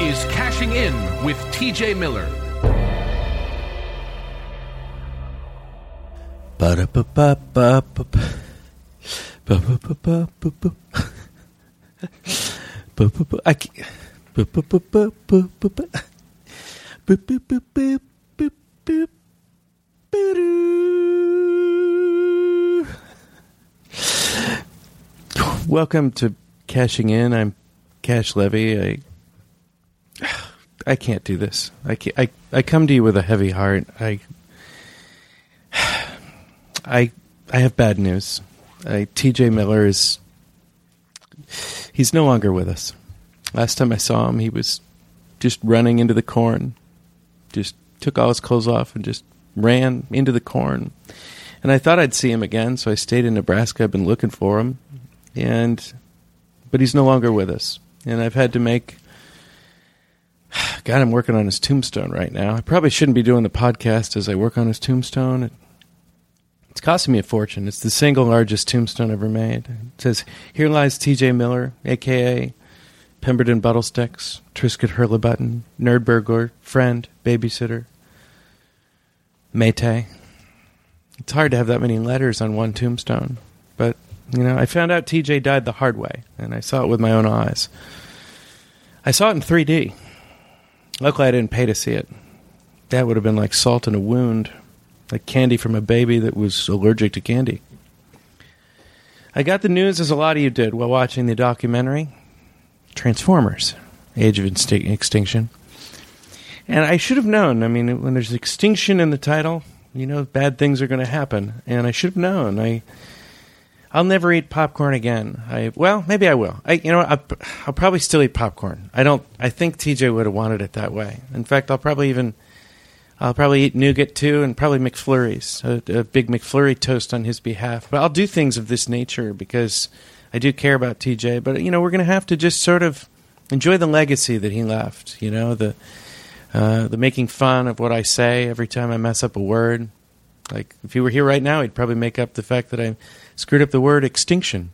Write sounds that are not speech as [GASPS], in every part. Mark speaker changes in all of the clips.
Speaker 1: is Cashing In with TJ Miller.
Speaker 2: Ba-da-ba-ba-ba-ba-ba. Ba-ba-ba-ba-ba-ba. Ba-ba-ba- I ca- Ba-ba-ba-ba-ba-ba. Ba-ba-ba-ba-ba-ba. Ba-doo. Welcome to Cashing In. I'm Cash Levy. I I can't do this. I can't, I I come to you with a heavy heart. I I I have bad news. I, TJ Miller is he's no longer with us. Last time I saw him, he was just running into the corn. Just took all his clothes off and just ran into the corn. And I thought I'd see him again, so I stayed in Nebraska. I've been looking for him, and but he's no longer with us. And I've had to make [SIGHS] God, I'm working on his tombstone right now. I probably shouldn't be doing the podcast as I work on his tombstone. It- it's costing me a fortune. It's the single largest tombstone ever made. It says, Here lies TJ Miller, a.k.a. Pemberton Buttlesticks, Trisket Hurlebutton, Nerdburglar, friend, babysitter, Maytay. It's hard to have that many letters on one tombstone. But, you know, I found out TJ died the hard way, and I saw it with my own eyes. I saw it in 3D. Luckily, I didn't pay to see it. That would have been like salt in a wound, like candy from a baby that was allergic to candy. I got the news, as a lot of you did, while watching the documentary Transformers Age of Insti- Extinction. And I should have known. I mean, when there's extinction in the title, you know, bad things are going to happen. And I should have known. I. I'll never eat popcorn again. I well, maybe I will. I you know I'll, I'll probably still eat popcorn. I don't. I think TJ would have wanted it that way. In fact, I'll probably even I'll probably eat nougat too, and probably McFlurries, a, a big McFlurry toast on his behalf. But I'll do things of this nature because I do care about TJ. But you know we're going to have to just sort of enjoy the legacy that he left. You know the uh, the making fun of what I say every time I mess up a word. Like if he were here right now, he'd probably make up the fact that I screwed up the word extinction.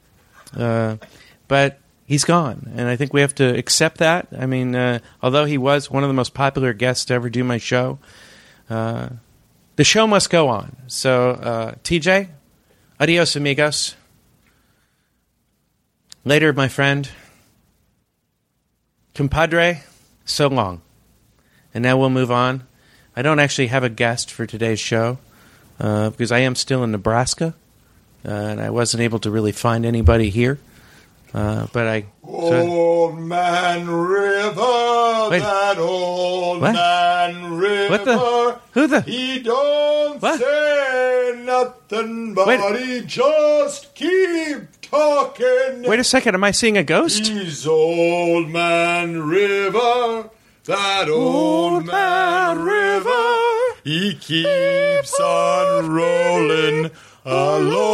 Speaker 2: Uh, but he's gone, and I think we have to accept that. I mean, uh, although he was one of the most popular guests to ever do my show, uh, the show must go on. So, uh, TJ, adios, amigos. Later, my friend. Compadre, so long. And now we'll move on. I don't actually have a guest for today's show uh, because I am still in Nebraska uh, and I wasn't able to really find anybody here. Uh, but I. so-
Speaker 3: Old man river,
Speaker 2: Wait.
Speaker 3: that old
Speaker 2: What?
Speaker 3: man river.
Speaker 2: What the- who the-
Speaker 3: He don't
Speaker 2: What?
Speaker 3: say nothing, but
Speaker 2: Wait.
Speaker 3: he just keep talking.
Speaker 2: wait a second, am I seeing a ghost?
Speaker 3: He's old man river, that old, man, river. He keeps on rolling along.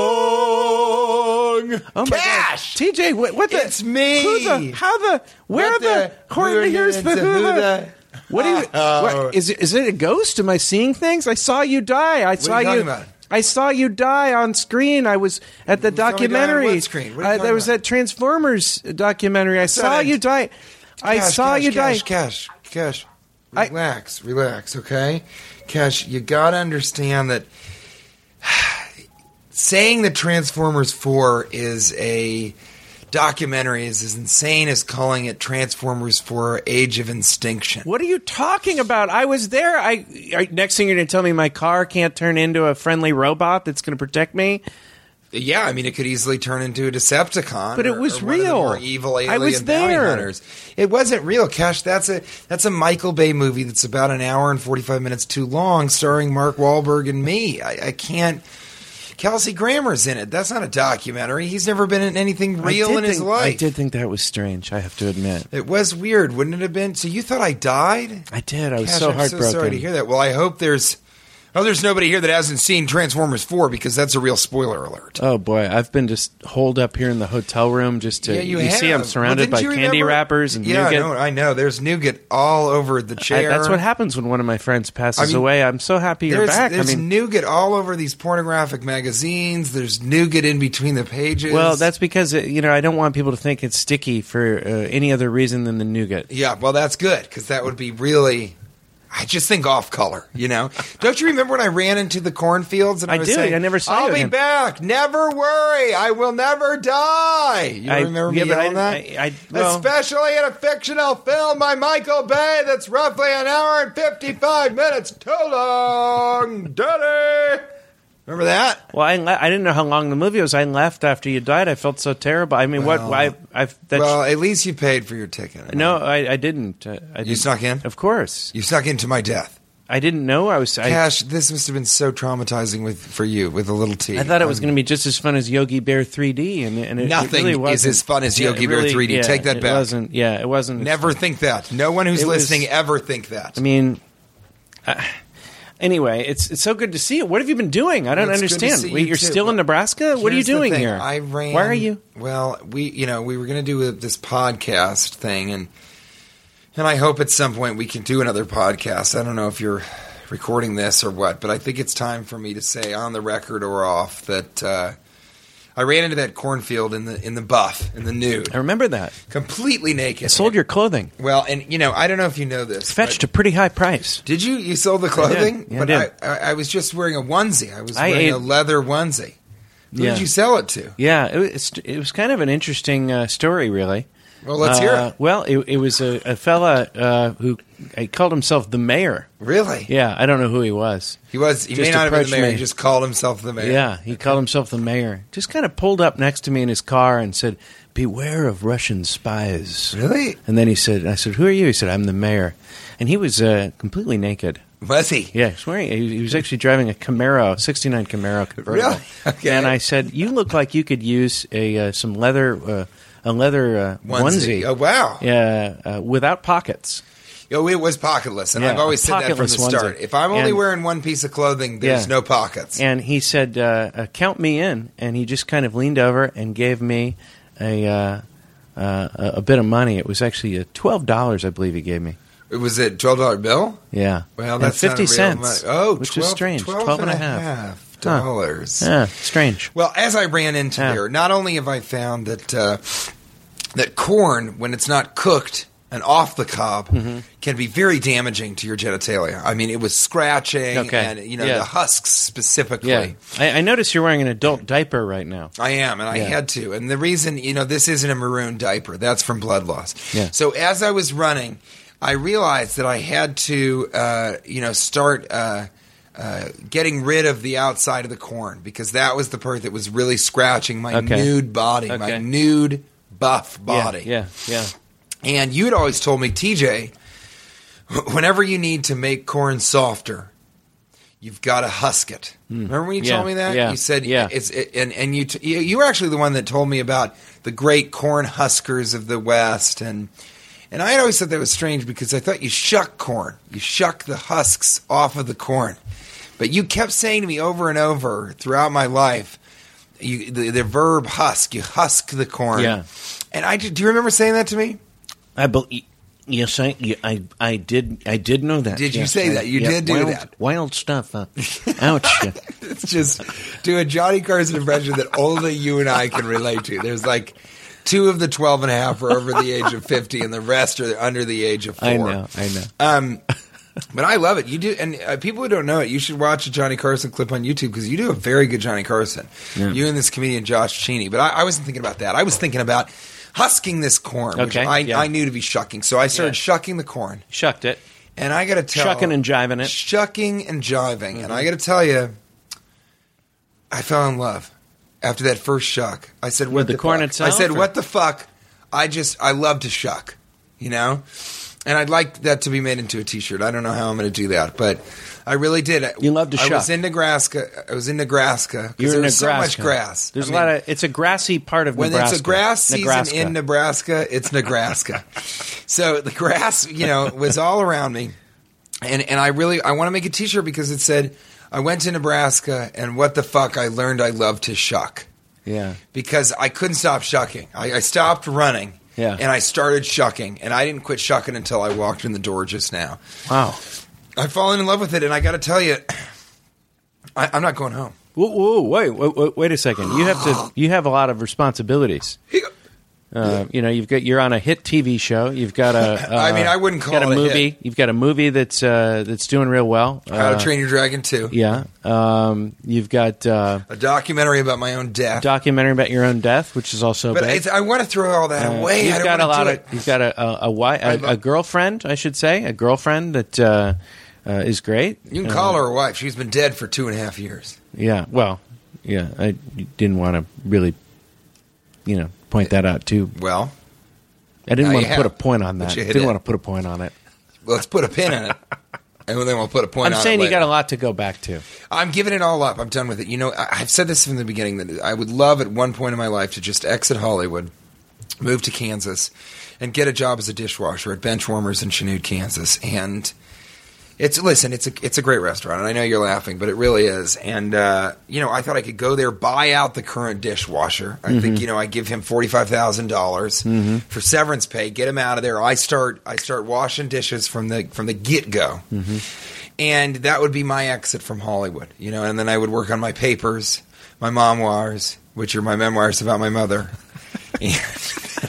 Speaker 2: Oh my
Speaker 4: Cash!
Speaker 2: God. TJ, what, what the?
Speaker 4: It's me.
Speaker 2: Who the? How the? Where
Speaker 4: What
Speaker 2: the?
Speaker 4: the-
Speaker 2: Horn
Speaker 4: who
Speaker 2: here's the
Speaker 4: the-
Speaker 2: who
Speaker 4: who
Speaker 2: the?
Speaker 4: the-
Speaker 2: What do you?
Speaker 4: Oh.
Speaker 2: what, is it? Is it a ghost? Am I seeing things? I saw you die. I saw
Speaker 4: you
Speaker 2: you.
Speaker 4: talking about?
Speaker 2: I saw you die on screen. I was at the
Speaker 4: saw me die on
Speaker 2: documentary.
Speaker 4: what screen? What are you
Speaker 2: Uh,
Speaker 4: talking
Speaker 2: there was
Speaker 4: about?
Speaker 2: that Transformers documentary. I saw
Speaker 4: that-
Speaker 2: you die. I
Speaker 4: Cash,
Speaker 2: saw
Speaker 4: cash,
Speaker 2: you die.
Speaker 4: cash, Cash, cash,
Speaker 2: I-
Speaker 4: Relax, relax, okay? Cash, you gotta understand that [SIGHS] saying that Transformers 4 is a documentary is as insane as calling it Transformers 4 Age of Instinction.
Speaker 2: What are you talking about? I was there. I, I next thing you're going to tell me, my car can't turn into a friendly robot that's going to protect me.
Speaker 4: Yeah, I mean, it could easily turn into a Decepticon.
Speaker 2: But it
Speaker 4: or-
Speaker 2: was
Speaker 4: or one of the
Speaker 2: real.
Speaker 4: more evil alien
Speaker 2: I was
Speaker 4: bounty
Speaker 2: there.
Speaker 4: hunters. It wasn't real, Cash. That's a that's a Michael Bay movie that's about an hour and forty five minutes too long, starring Mark Wahlberg and me. I, I can't. Kelsey Grammer's in it. That's not a documentary. He's never been in anything
Speaker 2: I
Speaker 4: real
Speaker 2: did
Speaker 4: in his
Speaker 2: think-
Speaker 4: life.
Speaker 2: I did think that was strange. I have to admit,
Speaker 4: It was weird, wouldn't it have been? So you thought I died?
Speaker 2: I did. I was
Speaker 4: Gosh,
Speaker 2: so
Speaker 4: I'm
Speaker 2: heartbroken.
Speaker 4: sorry to hear that. Well, I hope there's. Oh, there's nobody here that hasn't seen Transformers 4 because that's a real spoiler alert.
Speaker 2: Oh boy, I've been just holed up here in the hotel room just to.
Speaker 4: Yeah, you,
Speaker 2: see,
Speaker 4: have.
Speaker 2: I'm surrounded
Speaker 4: Well,
Speaker 2: by
Speaker 4: didn't you
Speaker 2: candy
Speaker 4: remember-
Speaker 2: wrappers and
Speaker 4: yeah,
Speaker 2: nougat.
Speaker 4: no, I know. There's nougat all over the
Speaker 2: I-
Speaker 4: chair.
Speaker 2: that's what happens when one of my friends passes
Speaker 4: I mean,
Speaker 2: away. I'm so happy you're
Speaker 4: There's,
Speaker 2: back. I
Speaker 4: there's
Speaker 2: mean,
Speaker 4: nougat all over these pornographic magazines. There's nougat in between the pages.
Speaker 2: well, that's because uh, you know I don't want people to think it's sticky for uh, any other reason than the nougat.
Speaker 4: yeah. Well, that's good because that would be really. I just think off color, you know. Don't you remember when I ran into the cornfields and I,
Speaker 2: I
Speaker 4: was
Speaker 2: do.
Speaker 4: saying,
Speaker 2: I never saw
Speaker 4: I'll
Speaker 2: you
Speaker 4: be
Speaker 2: again."
Speaker 4: back. Never worry. I will never die. You
Speaker 2: I-
Speaker 4: remember me
Speaker 2: yeah, but I-
Speaker 4: yelling that?
Speaker 2: I- I- well-
Speaker 4: Especially in a fictional film by Michael Bay that's roughly an hour and 55 minutes too long. Daddy! Remember that?
Speaker 2: Well, I, le- I didn't know how long the movie was. I left after you died. I felt so terrible. I mean,
Speaker 4: Well-
Speaker 2: what? Why? I've that
Speaker 4: well, at least you paid for your ticket.
Speaker 2: no, I, I didn't. Uh, I, I didn't.
Speaker 4: snuck in?
Speaker 2: Of course,
Speaker 4: You snuck into my death.
Speaker 2: I didn't know I was. I,
Speaker 4: Cash, this must have been so traumatizing with for you with a little T.
Speaker 2: I thought it was going to be just as fun as Yogi Bear 3D, and, and it, it
Speaker 4: Nothing
Speaker 2: really
Speaker 4: is
Speaker 2: wasn't.
Speaker 4: as fun as
Speaker 2: Yeah,
Speaker 4: Yogi
Speaker 2: it
Speaker 4: Bear
Speaker 2: really-
Speaker 4: 3D.
Speaker 2: yeah,
Speaker 4: Take that
Speaker 2: it
Speaker 4: back.
Speaker 2: Wasn't, yeah, it wasn't. as
Speaker 4: Never think that. No one who's
Speaker 2: It was-
Speaker 4: listening ever think that.
Speaker 2: I mean, uh, anyway, it's it's so good to see you. What have you been doing? I don't
Speaker 4: It's good to
Speaker 2: understand.
Speaker 4: see
Speaker 2: Wait,
Speaker 4: you,
Speaker 2: you are
Speaker 4: too.
Speaker 2: still in Nebraska. What are you
Speaker 4: Here's the
Speaker 2: doing
Speaker 4: thing.
Speaker 2: here?
Speaker 4: I ran.
Speaker 2: Where are you?
Speaker 4: Well, we you know we were going to do a, this podcast thing, and and I hope at some point we can do another podcast. I don't know if you're recording this or what, but I think it's time for me to say on the record or off that uh, I ran into that cornfield in the in the buff in the nude,
Speaker 2: I remember that.
Speaker 4: completely naked.
Speaker 2: I sold your clothing.
Speaker 4: well, and you know I don't know if you know this.
Speaker 2: It's fetched
Speaker 4: but-
Speaker 2: a pretty high price.
Speaker 4: Did you you sold the clothing?
Speaker 2: Yeah, I
Speaker 4: but
Speaker 2: did.
Speaker 4: I, I, I was just wearing a onesie. I was
Speaker 2: I
Speaker 4: wearing a
Speaker 2: ate-
Speaker 4: leather onesie. Who
Speaker 2: Yeah.
Speaker 4: did you sell it to?
Speaker 2: Yeah, it was, it was kind of an interesting uh, story, really.
Speaker 4: Well, let's hear
Speaker 2: Uh,
Speaker 4: it.
Speaker 2: Well, it, it was a, a fella uh, who he called himself the mayor.
Speaker 4: Really?
Speaker 2: Yeah, I don't know who he was.
Speaker 4: He was. He
Speaker 2: Just
Speaker 4: may not have been the
Speaker 2: approached
Speaker 4: mayor.
Speaker 2: me.
Speaker 4: He just called himself the mayor.
Speaker 2: Yeah, he called himself the mayor. Just kind of pulled up next to me in his car and said, "Beware of Russian spies."
Speaker 4: Really?
Speaker 2: And then he said, "I said, who are you?" He said, "I'm the mayor," and he was uh, completely naked.
Speaker 4: Was he?
Speaker 2: Yeah, he's wearing. He, he was actually driving a Camaro, '69 Camaro convertible.
Speaker 4: Really? [LAUGHS] Okay.
Speaker 2: And I said, "You look like you could use a uh, some leather, uh, a leather uh,
Speaker 4: Onesie.
Speaker 2: onesie."
Speaker 4: Oh, wow.
Speaker 2: Yeah, uh, without pockets.
Speaker 4: Oh, it was pocketless, and
Speaker 2: Yeah,
Speaker 4: I've always said that from the
Speaker 2: pocketless onesie.
Speaker 4: start. If I'm only
Speaker 2: And-
Speaker 4: wearing one piece of clothing, there's
Speaker 2: Yeah.
Speaker 4: no pockets.
Speaker 2: And he said, uh, uh, "Count me in." And he just kind of leaned over and gave me a uh, uh, a a bit of money. It was actually uh, twelve dollars, I believe he gave me.
Speaker 4: it was a twelve dollar bill.
Speaker 2: Yeah,
Speaker 4: Well,
Speaker 2: And
Speaker 4: that's not
Speaker 2: fifty
Speaker 4: real
Speaker 2: cents.
Speaker 4: money. Oh,
Speaker 2: which
Speaker 4: 12
Speaker 2: is strange.
Speaker 4: 12
Speaker 2: Twelve and a
Speaker 4: and a
Speaker 2: half.
Speaker 4: half
Speaker 2: Huh.
Speaker 4: dollars.
Speaker 2: Yeah, strange.
Speaker 4: Well, as I ran into
Speaker 2: Yeah.
Speaker 4: there, not only have I found that uh, that corn, when it's not cooked and off the cob,
Speaker 2: Mm-hmm.
Speaker 4: can be very damaging to your genitalia. I mean, it was scratching,
Speaker 2: Okay.
Speaker 4: and you know
Speaker 2: Yeah.
Speaker 4: the husks specifically.
Speaker 2: Yeah, I, I notice you're wearing an adult diaper right now.
Speaker 4: I am, and I
Speaker 2: Yeah.
Speaker 4: had to. And the reason, you know, this isn't a maroon diaper. That's from blood loss.
Speaker 2: Yeah.
Speaker 4: So as I was running, I realized that I had to, uh, you know, start uh, uh, getting rid of the outside of the corn because that was the part that was really scratching my
Speaker 2: Okay.
Speaker 4: nude body, my
Speaker 2: Okay.
Speaker 4: nude buff
Speaker 2: Yeah,
Speaker 4: body.
Speaker 2: Yeah, yeah.
Speaker 4: And you'd always told me, TJ, whenever you need to make corn softer, you've got to husk it. Remember when you
Speaker 2: Hmm. Yeah,
Speaker 4: told me that?
Speaker 2: yeah,
Speaker 4: you said,
Speaker 2: yeah.
Speaker 4: It's it, and and you, t- you you were actually the one that told me about the great corn huskers of the West and. And I had always thought that was strange because I thought you shuck corn. You shuck the husks off of the corn. But you kept saying to me over and over throughout my life, you, the, the verb husk, you husk the corn.
Speaker 2: Yeah.
Speaker 4: And I, do you remember saying that to me?
Speaker 2: I believe
Speaker 5: Yes, I, yeah, I, I did, I did know that.
Speaker 4: Did you
Speaker 5: Yes,
Speaker 4: say
Speaker 5: I-
Speaker 4: that? You
Speaker 5: yeah,
Speaker 4: did do
Speaker 5: wild,
Speaker 4: that.
Speaker 5: Wild stuff.
Speaker 4: [LAUGHS]
Speaker 5: Huh? Ouch.
Speaker 4: It's just do a Johnny Carson impression that only you and I can relate to. There's like two of the 12 and a half are over the age of 50 and the rest are under the age of four.
Speaker 5: I know. I
Speaker 4: [LAUGHS]
Speaker 5: know.
Speaker 4: Um, but I love it. You do, and uh, people who don't know it, you should watch a Johnny Carson clip on YouTube because you do a very good Johnny Carson. You and this comedian Josh Cheney. But I, I wasn't thinking about that. I was thinking about husking this corn, which
Speaker 2: Okay,
Speaker 4: I,
Speaker 2: yeah.
Speaker 4: I knew to be shucking. So I started shucking the corn,
Speaker 2: Shucked it.
Speaker 4: and I got to tell
Speaker 2: Shucking and jiving it. Mm-hmm.
Speaker 4: shucking and jiving, and I got to tell you, I fell in love after that first shuck. I said, "What
Speaker 2: With the corn
Speaker 4: fuck?
Speaker 2: itself,
Speaker 4: I said,
Speaker 2: or-
Speaker 4: "What the fuck?" I just I love to shuck, you know. And I'd like that to be made into a T-shirt. I don't know how I'm going to do that, but I really did.
Speaker 2: You love to
Speaker 4: I was
Speaker 2: shuck.
Speaker 4: in Nebraska. I was in Nebraska because
Speaker 2: You're
Speaker 4: there
Speaker 2: in
Speaker 4: was so
Speaker 2: Nebraska.
Speaker 4: much grass.
Speaker 2: There's
Speaker 4: a
Speaker 2: a lot of. It's a grassy part of
Speaker 4: when
Speaker 2: Nebraska.
Speaker 4: it's a grass season
Speaker 2: Nebraska.
Speaker 4: in Nebraska, it's Nebraska. so the grass, you know, was all around me, and and I really I want to make a T-shirt because it said I went to Nebraska and what the fuck I learned I love to shuck
Speaker 2: Yeah.
Speaker 4: because I couldn't stop shucking. I, I stopped running.
Speaker 2: Yeah.
Speaker 4: And I started shucking, and I didn't quit shucking until I walked in the door just now.
Speaker 2: Wow.
Speaker 4: I've fallen in love with it, and I got to tell you, [COUGHS] I, I'm not going home.
Speaker 2: Whoa, whoa, wait, wait, wait, wait a second. You have to. You have a lot of responsibilities. Uh, you know, you've got you're on a hit TV show. You've
Speaker 4: [LAUGHS]
Speaker 2: got a. Uh,
Speaker 4: I mean, I wouldn't call
Speaker 2: got
Speaker 4: it a
Speaker 2: movie.
Speaker 4: hit.
Speaker 2: You've got a movie that's uh, that's doing real well.
Speaker 4: How
Speaker 2: Uh,
Speaker 4: to Train Your Dragon 2,
Speaker 2: Yeah. Um, you've got uh,
Speaker 4: a documentary about my own death.
Speaker 2: documentary about your own death, which is also
Speaker 4: But
Speaker 2: big.
Speaker 4: it's, I want to throw all that
Speaker 2: Uh,
Speaker 4: away.
Speaker 2: You've
Speaker 4: I don't
Speaker 2: got a
Speaker 4: wanna
Speaker 2: lot
Speaker 4: do
Speaker 2: of.
Speaker 4: it.
Speaker 2: You've got a a, a, wi- a,
Speaker 4: love-
Speaker 2: a girlfriend, I should say, a girlfriend that uh, uh, is great.
Speaker 4: You can
Speaker 2: Uh,
Speaker 4: call her a wife. She's been dead for two and a half years.
Speaker 2: Yeah. Well. Yeah. I didn't want to really, you know, point that out too. I
Speaker 4: Well, Now
Speaker 2: didn't want
Speaker 4: you
Speaker 2: to put a
Speaker 4: have,
Speaker 2: point on
Speaker 4: but
Speaker 2: that.
Speaker 4: you hit
Speaker 2: Didn't
Speaker 4: it.
Speaker 2: want to put a point on it.
Speaker 4: let's put a pin in
Speaker 2: [LAUGHS]
Speaker 4: it, and then we'll put a point.
Speaker 2: I'm
Speaker 4: on
Speaker 2: saying
Speaker 4: it
Speaker 2: you got
Speaker 4: later.
Speaker 2: a lot to go back to.
Speaker 4: I'm giving it all up. I'm done with it. You know, I, I've said this from the beginning that I would love at one point in my life to just exit Hollywood, move to Kansas, and get a job as a dishwasher at Benchwarmers in Chanute, Kansas. And it's listen, it's a it's a great restaurant, and I know you're laughing, but it really is. And uh, you know, I thought I could go there, buy out the current dishwasher. I
Speaker 2: Mm-hmm.
Speaker 4: think you know, I give him forty five dollars for severance pay, get him out of there. I start I start washing dishes from the from the get go
Speaker 2: Mm-hmm.
Speaker 4: and that would be my exit from Hollywood, you know. And then I would work on my papers, my memoirs, which are my memoirs about
Speaker 2: [LAUGHS]
Speaker 4: my mother, and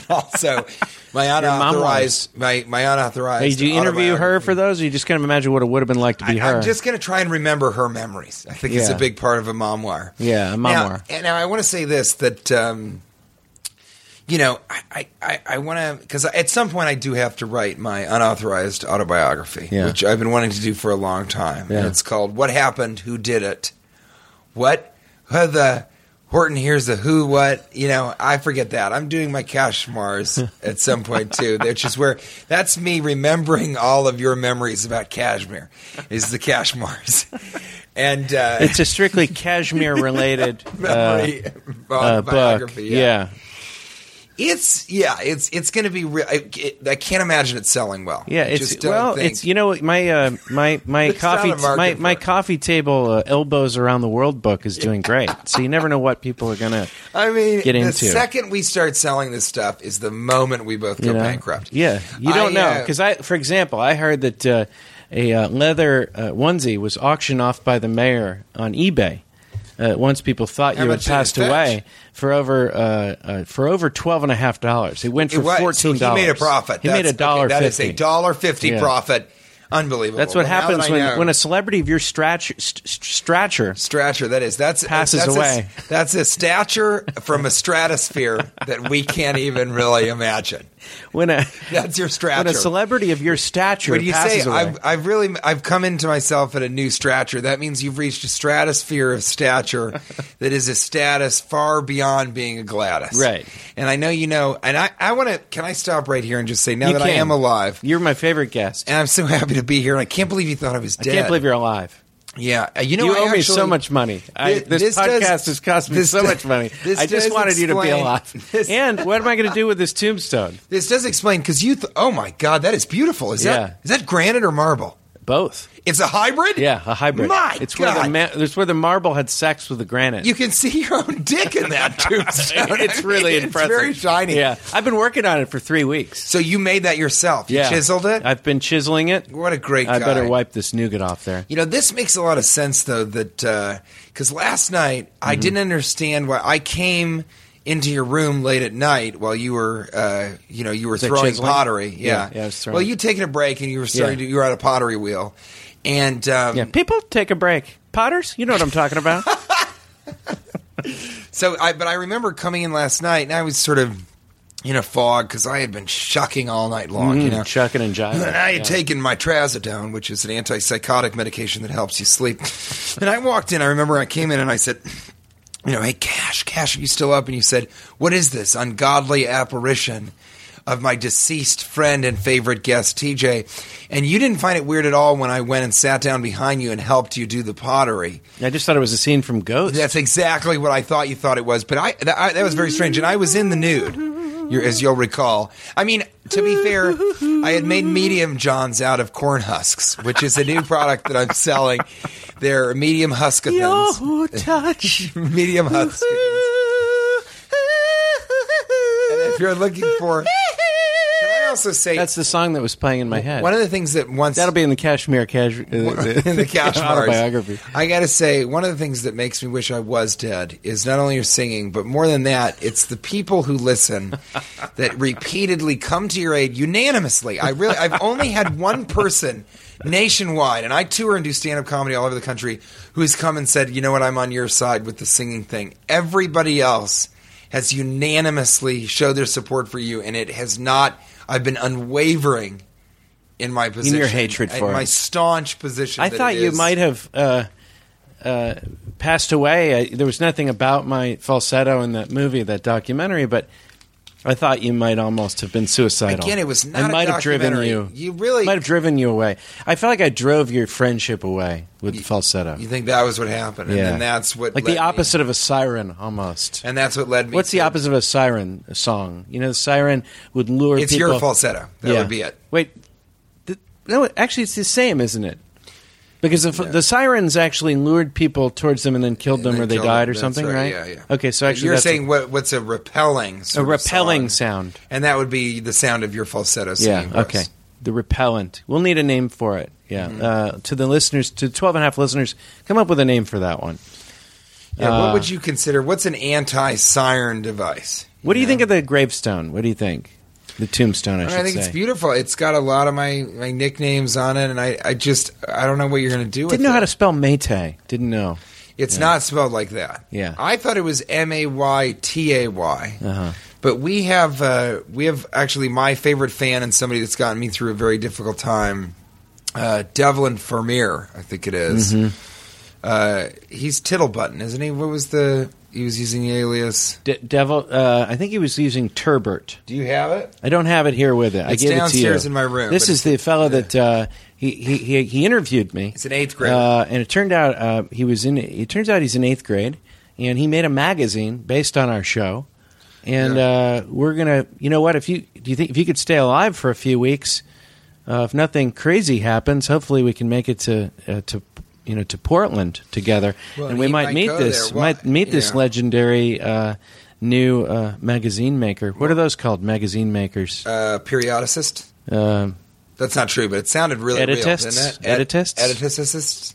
Speaker 4: also my unauthorized, my my unauthorized.
Speaker 2: Hey, did you interview her
Speaker 4: autobiography.
Speaker 2: for those? Or you just kind of imagine what it would have been like to be
Speaker 4: I,
Speaker 2: her.
Speaker 4: am just going to try and remember her memories. I think it's a
Speaker 2: Yeah.
Speaker 4: big part of a memoir.
Speaker 2: Yeah, a memoir.
Speaker 4: Now, and now I want to say this that. Um, you know, I, I- I, I want to, because at some point I do have to write my unauthorized autobiography,
Speaker 2: Yeah.
Speaker 4: which I've been wanting to do for a long time.
Speaker 2: Yeah.
Speaker 4: And it's called What Happened, Who Did It, What, Who the, Horton Here's the Who, What, you know, I forget that. I'm doing my
Speaker 2: [LAUGHS]
Speaker 4: Cashmars at some point too, which is where, that's me remembering all of your memories about Kashmir, is the Cashmars. [LAUGHS] And, uh,
Speaker 2: it's a
Speaker 4: [LAUGHS]
Speaker 2: strictly cashmere related uh,
Speaker 4: memory
Speaker 2: uh, book.
Speaker 4: autobiography.
Speaker 2: Yeah.
Speaker 4: It's yeah, it's it's going to be real. I, it- I can't imagine it selling well.
Speaker 2: Yeah,
Speaker 4: I
Speaker 2: it's
Speaker 4: just don't
Speaker 2: well,
Speaker 4: think-
Speaker 2: it's you know my uh, my
Speaker 4: [LAUGHS]
Speaker 2: my
Speaker 4: There's not
Speaker 2: coffee
Speaker 4: a market
Speaker 2: my,
Speaker 4: for
Speaker 2: my
Speaker 4: it.
Speaker 2: coffee table uh, elbows around the world book is doing great. So you never know what people are gonna
Speaker 4: I mean,
Speaker 2: get
Speaker 4: the
Speaker 2: into.
Speaker 4: second we start selling this stuff is the moment we both go
Speaker 2: you know?
Speaker 4: bankrupt.
Speaker 2: Yeah, you don't
Speaker 4: I,
Speaker 2: know
Speaker 4: uh,
Speaker 2: because I, for example, I heard that uh, a uh, leather uh, onesie was auctioned off by the mayor on eBay. Uh, once people thought
Speaker 4: How
Speaker 2: you had
Speaker 4: much did it
Speaker 2: passed
Speaker 4: fetch?
Speaker 2: away for over uh, uh, for over twelve and a half dollars, it went for
Speaker 4: it was- so
Speaker 2: fourteen dollars.
Speaker 4: He made a profit.
Speaker 2: He
Speaker 4: That's-
Speaker 2: made a
Speaker 4: okay,
Speaker 2: dollar.
Speaker 4: That is a
Speaker 2: fifty.
Speaker 4: dollar fifty
Speaker 2: Yeah.
Speaker 4: profit. Unbelievable.
Speaker 2: That's what
Speaker 4: Well, now
Speaker 2: happens
Speaker 4: that I
Speaker 2: when
Speaker 4: know-
Speaker 2: when a celebrity of your stretch, st- st- stretcher
Speaker 4: Stratcher, that is. That's
Speaker 2: Passes
Speaker 4: that's
Speaker 2: away.
Speaker 4: A, that's a stature from a stratosphere that we can't even really imagine.
Speaker 2: when a
Speaker 4: [LAUGHS] That's your
Speaker 2: when
Speaker 4: stature.
Speaker 2: a celebrity of your stature
Speaker 4: When you
Speaker 2: passes
Speaker 4: say
Speaker 2: away.
Speaker 4: I've, I've really I've come into myself at a new stature, that means you've reached a stratosphere of
Speaker 2: [LAUGHS]
Speaker 4: stature that is a status far beyond being a Gladys.
Speaker 2: Right.
Speaker 4: And I know you know, and I, I want to. Can I stop right here and just say now
Speaker 2: You
Speaker 4: that I
Speaker 2: can.
Speaker 4: am alive,
Speaker 2: You're my favorite guest.
Speaker 4: and I'm so [LAUGHS] happy to be here, and I can't believe you thought I was
Speaker 2: I
Speaker 4: dead.
Speaker 2: can't believe you're alive.
Speaker 4: Yeah, Uh, you know
Speaker 2: You,
Speaker 4: I
Speaker 2: owe me
Speaker 4: actually-
Speaker 2: so much money. I,
Speaker 4: Thi-
Speaker 2: this,
Speaker 4: this
Speaker 2: podcast
Speaker 4: does-
Speaker 2: has cost me
Speaker 4: this
Speaker 2: so
Speaker 4: does-
Speaker 2: much money.
Speaker 4: [LAUGHS] this
Speaker 2: I just
Speaker 4: does
Speaker 2: wanted you to be
Speaker 4: explain-
Speaker 2: alive.
Speaker 4: [LAUGHS] this-
Speaker 2: and what am I going to do with this tombstone?
Speaker 4: This does explain because you. Th- oh my God, that is beautiful. Is
Speaker 2: Yeah.
Speaker 4: that is that granite or marble?
Speaker 2: Both.
Speaker 4: It's a hybrid?
Speaker 2: Yeah, a hybrid.
Speaker 4: My
Speaker 2: it's
Speaker 4: God.
Speaker 2: where the ma- it's where the marble had sex with the granite.
Speaker 4: you can see your own dick
Speaker 2: [LAUGHS]
Speaker 4: in that tombstone. I
Speaker 2: it's
Speaker 4: mean,
Speaker 2: really impressive.
Speaker 4: It's very shiny.
Speaker 2: Yeah, I've been working on it for three weeks.
Speaker 4: So you made that yourself. You
Speaker 2: Yeah,
Speaker 4: chiseled it? Oh
Speaker 2: I've been chiseling it.
Speaker 4: What a great
Speaker 2: I
Speaker 4: guy.
Speaker 2: better wipe this nougat off there.
Speaker 4: You know, this makes a lot of sense though. That because last night
Speaker 2: Mm-hmm.
Speaker 4: I didn't understand why I came into your room late at night while you were, uh, you know, you were
Speaker 2: that
Speaker 4: throwing
Speaker 2: chiseling?
Speaker 4: pottery.
Speaker 2: Yeah,
Speaker 4: Yeah,
Speaker 2: yeah, I was throwing-
Speaker 4: well, you taking a break and you were starting
Speaker 2: Yeah.
Speaker 4: to, you were at a pottery wheel, and um,
Speaker 2: Yeah, people take a break. Potters, you know what I'm talking about.
Speaker 4: so I. But I remember coming in last night and I was sort of in a fog because I had been shucking all night long. [LAUGHS] You know,
Speaker 2: Mm, Chucking and jiving.
Speaker 4: And I
Speaker 2: Yeah.
Speaker 4: had taken my trazodone, which is an antipsychotic medication that helps you sleep. And I walked in. I remember I came in and I said, "You know, hey, Cash, Cash, are you still up?" And you said, "What is this ungodly apparition of my deceased friend and favorite guest, TJ?" And you didn't find it weird at all when I went and sat down behind you and helped you do the pottery.
Speaker 2: I just thought it was a scene from Ghost.
Speaker 4: That's exactly what I thought you thought it was, but I, th- I that was very strange, and I was in the nude, you as you'll recall. I mean, to be fair, I had made medium johns out of corn husks, which is a new product that I'm selling. They're medium huskathons,
Speaker 2: touch.
Speaker 4: medium huskathons. And if you're looking for, can I also say
Speaker 2: That's the song that was playing in my head.
Speaker 4: one of the things that once
Speaker 2: That'll be in the Kashmir Cash. [LAUGHS]
Speaker 4: [LAUGHS] in the [LAUGHS] cash
Speaker 2: autobiography.
Speaker 4: I gotta say, one of the things that makes me wish I was dead is not only your singing, but more than that, it's the people
Speaker 2: [LAUGHS]
Speaker 4: who listen that repeatedly come to your aid unanimously. I really, I've only had one person nationwide, and I tour and do stand up comedy all over the country, who has come and said, "You know what? I'm on your side with the singing thing." Everybody else has unanimously showed their support for you, and it has not. I've been unwavering. In my position,
Speaker 2: hatred
Speaker 4: in
Speaker 2: for
Speaker 4: my
Speaker 2: him.
Speaker 4: staunch position.
Speaker 2: I
Speaker 4: that
Speaker 2: thought
Speaker 4: it
Speaker 2: you
Speaker 4: is.
Speaker 2: might have uh, uh, passed away. I, there was nothing about my falsetto in that movie, that documentary, but I thought you might almost have been suicidal.
Speaker 4: Again, it was not
Speaker 2: I
Speaker 4: a
Speaker 2: might have driven you.
Speaker 4: documentary. You really-
Speaker 2: might have driven you away. I felt like I drove your friendship away with falsetto.
Speaker 4: You think that was what happened, and then that's what
Speaker 2: like
Speaker 4: led
Speaker 2: the
Speaker 4: me-
Speaker 2: opposite of a siren almost.
Speaker 4: and that's what led me.
Speaker 2: What's the
Speaker 4: to-
Speaker 2: opposite of a siren song? You know, the siren would lure
Speaker 4: It's
Speaker 2: people.
Speaker 4: your falsetto. That
Speaker 2: Yeah.
Speaker 4: would be it.
Speaker 2: Wait, th- no, actually, it's the same, isn't it? Because the, f the sirens actually lured people towards them and then killed them,
Speaker 4: And
Speaker 2: or they
Speaker 4: killed
Speaker 2: died,
Speaker 4: him.
Speaker 2: or
Speaker 4: That's
Speaker 2: something, right?
Speaker 4: Yeah, yeah.
Speaker 2: Okay, so actually,
Speaker 4: you're
Speaker 2: that's
Speaker 4: saying
Speaker 2: a,
Speaker 4: what, what's a repelling,
Speaker 2: a
Speaker 4: sort of
Speaker 2: repelling
Speaker 4: song.
Speaker 2: sound.
Speaker 4: and that would be the sound of your falsetto.
Speaker 2: Yeah.
Speaker 4: singing voice.
Speaker 2: Okay. The repellent. We'll need a name for it. Yeah.
Speaker 4: Mm-hmm.
Speaker 2: Uh, to the listeners, to 12 and a half listeners, come up with a name for that one.
Speaker 4: Yeah, what
Speaker 2: Uh,
Speaker 4: would you consider? What's an anti-siren device?
Speaker 2: What do you think of the gravestone? What do you think? The tombstone, I
Speaker 4: I,
Speaker 2: should
Speaker 4: mean, I think
Speaker 2: say.
Speaker 4: it's beautiful. It's got a lot of my, my nicknames on it, and I, I just I don't know what you're going to do. with
Speaker 2: Didn't know
Speaker 4: it.
Speaker 2: how to spell Maytay. Didn't know.
Speaker 4: It's not spelled like that.
Speaker 2: Yeah.
Speaker 4: I thought it was M A Y T A
Speaker 2: Uh-huh.
Speaker 4: Y. But we have uh, we have actually my favorite fan and somebody that's gotten me through a very difficult time. Uh, Devlin Vermeer, I think it is.
Speaker 2: Mm-hmm.
Speaker 4: Uh, he's Tittlebutton, isn't he? What was the he was using the alias?
Speaker 2: De- devil. Uh, I think he was using Turbert.
Speaker 4: Do you have it?
Speaker 2: I don't have it here with it. I
Speaker 4: It's
Speaker 2: gave it to you.
Speaker 4: downstairs in my room,
Speaker 2: This
Speaker 4: but
Speaker 2: is the
Speaker 4: it's-
Speaker 2: fellow that uh, he, he he he interviewed me.
Speaker 4: It's an eighth grader.
Speaker 2: uh, and it turned out uh, he was in. It turns out he's in eighth grade, and he made a magazine based on our show. And uh, we're gonna, you know what? If you do you think if you could stay alive for a few weeks, uh, if nothing crazy happens, hopefully we can make it to uh, to you know to Portland together,
Speaker 4: Well,
Speaker 2: and we
Speaker 4: he
Speaker 2: might,
Speaker 4: might
Speaker 2: meet
Speaker 4: go
Speaker 2: this
Speaker 4: there. Well,
Speaker 2: might meet this
Speaker 4: yeah.
Speaker 2: legendary uh, new uh, magazine maker. What are those called? Magazine makers.
Speaker 4: Uh, periodicist.
Speaker 2: Um,
Speaker 4: That's not true, but it sounded really
Speaker 2: Editists?
Speaker 4: real, didn't it?
Speaker 2: Editists?
Speaker 4: Editists.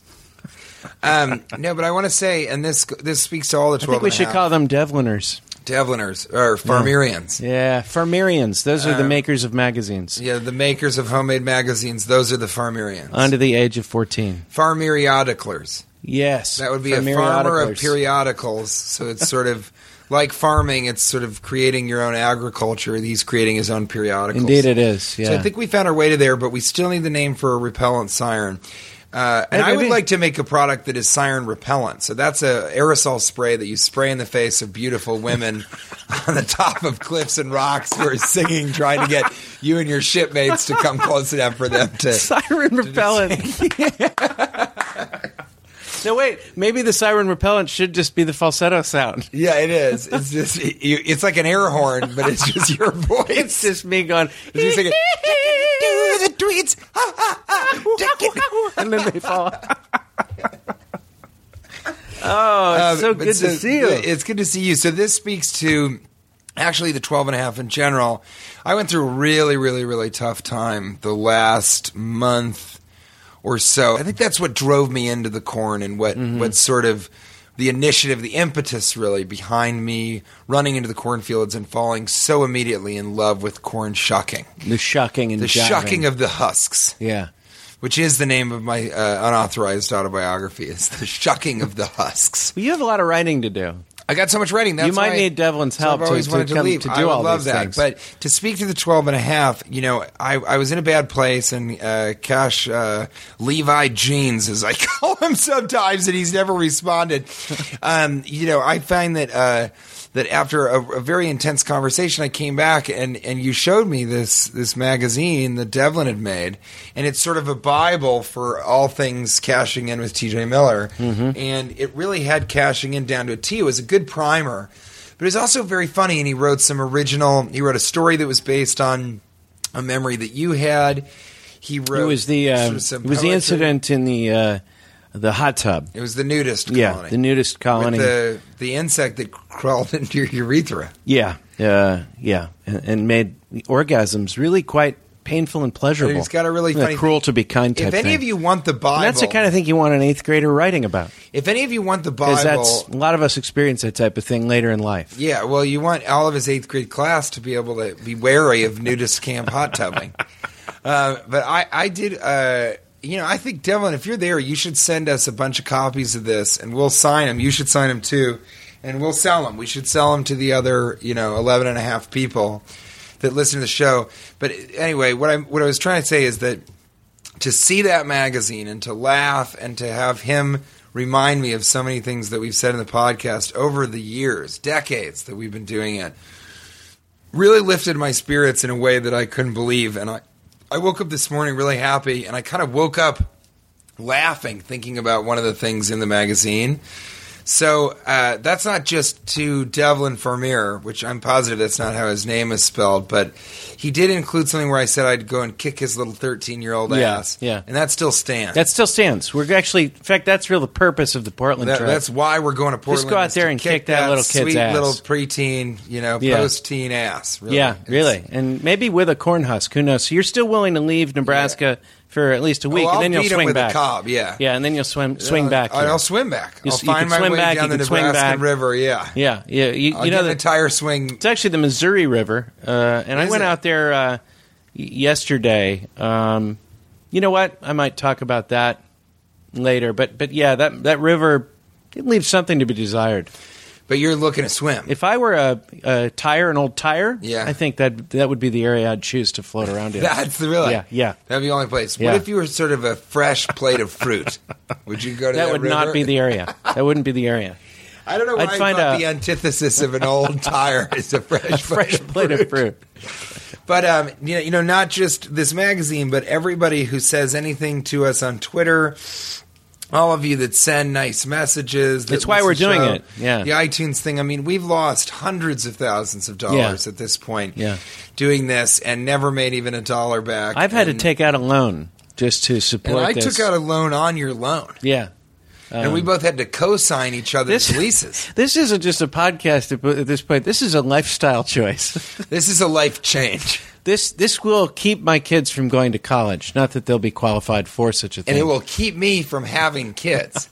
Speaker 4: Um, no, but I want to say, and this this speaks to all the
Speaker 2: I
Speaker 4: twelve.
Speaker 2: think we
Speaker 4: and a
Speaker 2: should
Speaker 4: half.
Speaker 2: call them Devliners.
Speaker 4: Devliners or Farmerians. Yeah.
Speaker 2: Yeah, Farmerians. Those
Speaker 4: Uh,
Speaker 2: are the makers of magazines
Speaker 4: the makers of homemade magazines. Those are the Farmerians.
Speaker 2: under the age of 14.
Speaker 4: Farmeriodiclers.
Speaker 2: Yes.
Speaker 4: That would be a farmer of
Speaker 2: Farmeriodiclers.
Speaker 4: periodicals. So
Speaker 2: [LAUGHS]
Speaker 4: it's sort of like farming. It's sort of creating your own agriculture. He's creating his own periodicals.
Speaker 2: Indeed, it is. Yeah.
Speaker 4: So I think we found our way to there, but we still need the name for a repellent siren. Uh, and
Speaker 2: Hey,
Speaker 4: I would
Speaker 2: maybe-
Speaker 4: like to make a product that is siren repellent. So that's a aerosol spray that you spray in the face of beautiful women [LAUGHS] on the top of cliffs and rocks who are singing, trying to get you and your shipmates to come close enough for them to.
Speaker 2: [LAUGHS] siren repellent. [LAUGHS] no, wait. Maybe the siren repellent should just be the falsetto sound.
Speaker 4: Yeah, it is. It's just you, it's like an air horn, but it's just your voice.
Speaker 2: [LAUGHS]
Speaker 4: [LAUGHS]
Speaker 2: It's just me going. [LAUGHS]
Speaker 4: It's you singing, do the tweets. Ha, ha, ha. [LAUGHS]
Speaker 6: and then they
Speaker 2: [LAUGHS]
Speaker 6: fall. oh, it's so
Speaker 4: Uh, but
Speaker 6: good to see you.
Speaker 4: It's good to see you. So this speaks to actually the 12 and a half in general. I went through a really, really, really tough time the last month or so. I think that's what drove me into the corn and what,
Speaker 6: Mm-hmm.
Speaker 4: what sort of the initiative, the impetus really behind me running into the cornfields and falling so immediately in love with corn shucking.
Speaker 2: The shocking and
Speaker 4: The
Speaker 2: jiving.
Speaker 4: shucking of the husks,
Speaker 2: yeah.
Speaker 4: which is the name of my uh, unauthorized autobiography, is the shucking of the husks.
Speaker 2: Well, you have a lot of writing to do.
Speaker 4: I got so much writing. That's
Speaker 2: You might
Speaker 4: why-
Speaker 2: need Devlin's
Speaker 4: so I've
Speaker 2: help to-
Speaker 4: always
Speaker 2: to
Speaker 4: wanted to,
Speaker 2: come-
Speaker 4: leave.
Speaker 2: to do
Speaker 4: I would
Speaker 2: all
Speaker 4: love
Speaker 2: these
Speaker 4: that.
Speaker 2: things.
Speaker 4: But to speak to the 12 and a half, you know, I, I was in a bad place, and uh, Cash uh, Levi Jeans, as I [LAUGHS] call him sometimes, and he's never responded. um, you know, I find that uh, that after a, a very intense conversation, I came back and and you showed me this this magazine that Devlin had made, and it's sort of a bible for all things cashing in with T.J. Miller, and it really had cashing in down to a T. It was a good primer but he's also very funny and he wrote some original he wrote a story that was based on a memory that you had he wrote
Speaker 2: It was the uh,
Speaker 4: sort of some
Speaker 2: it was the
Speaker 4: poetry.
Speaker 2: incident in the uh, the hot tub.
Speaker 4: it was the nudist
Speaker 2: Yeah,
Speaker 4: colony
Speaker 2: the nudist colony.
Speaker 4: With the, the insect that crawled [LAUGHS] into your urethra
Speaker 2: yeah, uh, yeah, and, and made the orgasms really quite painful and pleasurable.
Speaker 4: And he's got a really
Speaker 2: The
Speaker 4: funny
Speaker 2: cruel to be kind type
Speaker 4: if any
Speaker 2: thing.
Speaker 4: of you want the bible
Speaker 2: And that's the kind of thing you want an eighth grader writing about
Speaker 4: if any of you want the bible
Speaker 2: because that's a lot of us experience that type of thing later in life.
Speaker 4: Yeah, well, you want all of his eighth grade class to be able to be wary of nudist camp hot tubbing. Uh, but I, I did, uh, you know, I think Devlin, if you're there, you should send us a bunch of copies of this, and we'll sign them. You should sign them too, and we'll sell them. We should sell them to the other, you know, 11 and a half people that listen to the show. But anyway, what I what I was trying to say is that to see that magazine and to laugh and to have him remind me of so many things that we've said in the podcast over the years, decades that we've been doing it, really lifted my spirits in a way that I couldn't believe. And I, I woke up this morning really happy, and I kind of woke up laughing, thinking about one of the things in the magazine. So uh, that's not just to Devlin Vermeer, which I'm positive that's not how his name is spelled, but he did include something where I said I'd go and kick his little 13 year old
Speaker 2: Yeah,
Speaker 4: ass.
Speaker 2: yeah.
Speaker 4: And that still stands.
Speaker 2: That still stands. We're actually, in fact, that's real the purpose of the Portland
Speaker 4: That-
Speaker 2: trip.
Speaker 4: that's why we're going to Portland.
Speaker 2: go out
Speaker 4: is
Speaker 2: there
Speaker 4: to
Speaker 2: and kick that little kid's
Speaker 4: sweet
Speaker 2: ass.
Speaker 4: little preteen, you know,
Speaker 2: Yeah.
Speaker 4: post-teen ass. Really.
Speaker 2: yeah,
Speaker 4: It's-
Speaker 2: really, and maybe with a corn husk. Who knows? So you're still willing to leave Nebraska for at least a week,
Speaker 4: Oh, I'll
Speaker 2: and then you'll
Speaker 4: beat him
Speaker 2: swing
Speaker 4: with a
Speaker 2: back.
Speaker 4: cob, yeah.
Speaker 2: yeah, and then you'll swim, swing
Speaker 4: I'll-
Speaker 2: back.
Speaker 4: I'll,
Speaker 2: here.
Speaker 4: swing back.
Speaker 2: You
Speaker 4: I'll
Speaker 2: s- you
Speaker 4: find
Speaker 2: can
Speaker 4: my
Speaker 2: swim
Speaker 4: way
Speaker 2: back,
Speaker 4: down
Speaker 2: you
Speaker 4: the
Speaker 2: can swing
Speaker 4: Nebraskan
Speaker 2: back.
Speaker 4: River. Yeah,
Speaker 2: yeah, yeah. You,
Speaker 4: I'll
Speaker 2: you know
Speaker 4: get an
Speaker 2: the
Speaker 4: entire swing.
Speaker 2: It's actually the Missouri River, uh, and I
Speaker 4: Is
Speaker 2: went
Speaker 4: it?
Speaker 2: out there uh, y- yesterday. Um, you know what? I might talk about that later, but but yeah, that that river it leaves something to be desired.
Speaker 4: But you're looking to swim.
Speaker 2: If I were a, a tire, an old tire,
Speaker 4: Yeah.
Speaker 2: I think that that would be the area I'd choose to float around
Speaker 4: [LAUGHS]
Speaker 2: in.
Speaker 4: [LAUGHS] That's the really.
Speaker 2: Yeah, yeah.
Speaker 4: That'd be the only place.
Speaker 2: Yeah.
Speaker 4: What if you were sort of a fresh plate
Speaker 2: [LAUGHS]
Speaker 4: of fruit? would you go to that,
Speaker 2: that would not
Speaker 4: river?
Speaker 2: be the area. That wouldn't be the area.
Speaker 4: I don't know why
Speaker 2: I'd
Speaker 4: I
Speaker 2: find
Speaker 4: thought
Speaker 2: a-
Speaker 4: the antithesis of an old tire is
Speaker 2: [LAUGHS]
Speaker 4: a [LAUGHS] fresh,
Speaker 2: Fresh plate of fruit.
Speaker 4: But um, you know, you know, not just this magazine, but everybody who says anything to us on Twitter, all of you that send nice messages. That
Speaker 2: It's why
Speaker 4: listen
Speaker 2: we're
Speaker 4: to the
Speaker 2: doing
Speaker 4: show,
Speaker 2: it. Yeah.
Speaker 4: the iTunes thing. I mean, we've lost hundreds of thousands of dollars
Speaker 2: Yeah.
Speaker 4: at this point.
Speaker 2: Yeah.
Speaker 4: doing this and never made even a dollar back.
Speaker 2: I've had
Speaker 4: And-
Speaker 2: to take out a loan just to
Speaker 4: And
Speaker 2: support
Speaker 4: I
Speaker 2: this.
Speaker 4: took out a loan on your loan,
Speaker 2: yeah.
Speaker 4: and we both had to co-sign each other's
Speaker 2: this- [LAUGHS]
Speaker 4: leases.
Speaker 2: This isn't just a podcast at at this point. This is a lifestyle choice. [LAUGHS]
Speaker 4: This is a life change,
Speaker 2: This this will keep my kids from going to college. Not that they'll be qualified for such a thing.
Speaker 4: and it will keep me from having
Speaker 2: [LAUGHS]
Speaker 4: kids.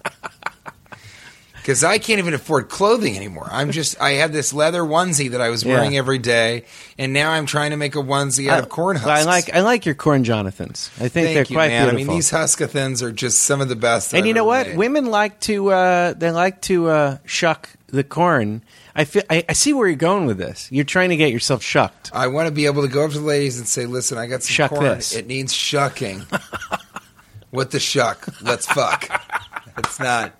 Speaker 4: Because I can't even afford clothing anymore. I'm just, I had this leather onesie that I was
Speaker 2: Yeah.
Speaker 4: wearing every day, and now I'm trying to make a onesie out
Speaker 2: I,
Speaker 4: of corn husks.
Speaker 2: I like I like your corn Jonathans. I think
Speaker 4: Thank
Speaker 2: they're
Speaker 4: you,
Speaker 2: quite
Speaker 4: man.
Speaker 2: beautiful.
Speaker 4: I mean, these huskathons are just some of the best. that
Speaker 2: and you
Speaker 4: I've
Speaker 2: know
Speaker 4: ever
Speaker 2: what?
Speaker 4: made.
Speaker 2: Women like to uh, they like to uh, shuck the corn. I, feel, I I see where you're going with this. You're trying to get yourself shucked.
Speaker 4: I want to be able to go up to the ladies and say, listen, I got some
Speaker 2: Shuck
Speaker 4: corn.
Speaker 2: this.
Speaker 4: It
Speaker 2: [LAUGHS]
Speaker 4: needs shucking. what the shuck? Let's fuck. it's not.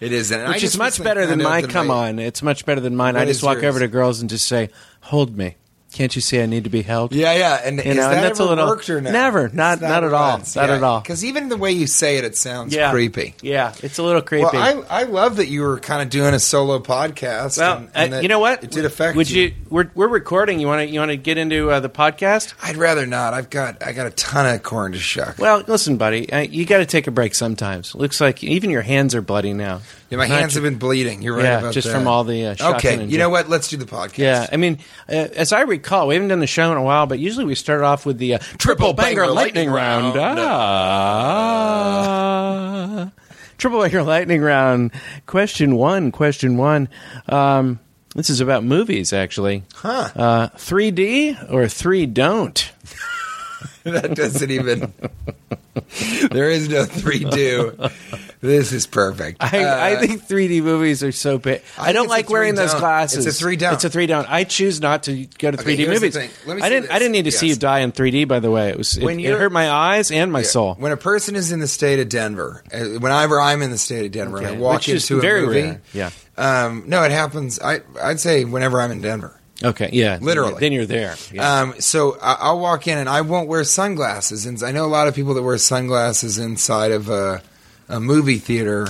Speaker 4: It isn't. And I
Speaker 2: Which
Speaker 4: just
Speaker 2: is much
Speaker 4: was like,
Speaker 2: better
Speaker 4: I
Speaker 2: than
Speaker 4: know
Speaker 2: my
Speaker 4: that
Speaker 2: come on. It's much better than mine. I
Speaker 4: What
Speaker 2: just
Speaker 4: is
Speaker 2: walk
Speaker 4: yours?
Speaker 2: over to girls and just say, "Hold me." Can't you see I need to be held?
Speaker 4: Yeah, yeah. And
Speaker 2: You
Speaker 4: is
Speaker 2: know,
Speaker 4: that
Speaker 2: and that's a
Speaker 4: ever
Speaker 2: little-
Speaker 4: worked or no?
Speaker 2: Never. Not- not at all. Not at all.
Speaker 4: Because even the way you say it, it sounds
Speaker 2: Yeah.
Speaker 4: creepy.
Speaker 2: Yeah, it's a little creepy.
Speaker 4: Well, I, I love that you were kind of doing a solo podcast.
Speaker 2: Well,
Speaker 4: and, and
Speaker 2: uh,
Speaker 4: that
Speaker 2: you know what?
Speaker 4: It did affect
Speaker 2: Would you? we're, we're recording. You want to? You want to get into uh, the podcast?
Speaker 4: I'd rather not. I've got I got a ton of corn to shuck.
Speaker 2: Well, listen, buddy. Uh, you got to take a break sometimes. Looks like even your hands are bloody now.
Speaker 4: yeah, my
Speaker 2: Not
Speaker 4: hands
Speaker 2: ju-
Speaker 4: have been bleeding. You're right
Speaker 2: Yeah,
Speaker 4: about
Speaker 2: just
Speaker 4: that.
Speaker 2: from all the, uh, shocking
Speaker 4: okay,
Speaker 2: and
Speaker 4: you know
Speaker 2: ju-
Speaker 4: what? Let's do the podcast.
Speaker 2: Yeah, I mean, uh, as I recall, we haven't done the show in a while, but usually we start off with the uh, triple banger,
Speaker 4: banger
Speaker 2: lightning,
Speaker 4: lightning
Speaker 2: round.
Speaker 4: round.
Speaker 2: Ah. [LAUGHS] triple banger lightning round. Question one. Question one. Um, this is about movies, actually.
Speaker 4: Huh.
Speaker 2: Uh, 3D or 3 don't?
Speaker 4: [LAUGHS] that doesn't even. [LAUGHS] there is no three do.
Speaker 2: [LAUGHS]
Speaker 4: This is perfect.
Speaker 2: I,
Speaker 4: Uh,
Speaker 2: I think 3D movies are so big. I,
Speaker 4: think
Speaker 2: don't
Speaker 4: it's a
Speaker 2: like wearing
Speaker 4: three
Speaker 2: those
Speaker 4: don't.
Speaker 2: glasses.
Speaker 4: It's a three don't.
Speaker 2: It's a three don't. I choose not to go to 3D
Speaker 4: here's the
Speaker 2: movies.
Speaker 4: thing. Let me
Speaker 2: I
Speaker 4: say
Speaker 2: didn't. I
Speaker 4: this.
Speaker 2: didn't need to see you
Speaker 4: Yes.
Speaker 2: die in 3D. By the way, it was. It,
Speaker 4: When
Speaker 2: it
Speaker 4: you're-
Speaker 2: hurt my eyes and my
Speaker 4: Yeah.
Speaker 2: soul.
Speaker 4: When a person is in the state of Denver, uh, whenever I'm in the state of Denver and I
Speaker 2: Okay.
Speaker 4: walk
Speaker 2: Which is
Speaker 4: into a
Speaker 2: very
Speaker 4: movie,
Speaker 2: rare. Yeah.
Speaker 4: um, no, it happens. I I'd say whenever I'm in Denver.
Speaker 2: Okay. Yeah.
Speaker 4: Literally.
Speaker 2: Then you're there. Yeah.
Speaker 4: Um, so I, I'll walk in and I won't wear sunglasses. And I know a lot of people that wear sunglasses inside of a, a movie theater.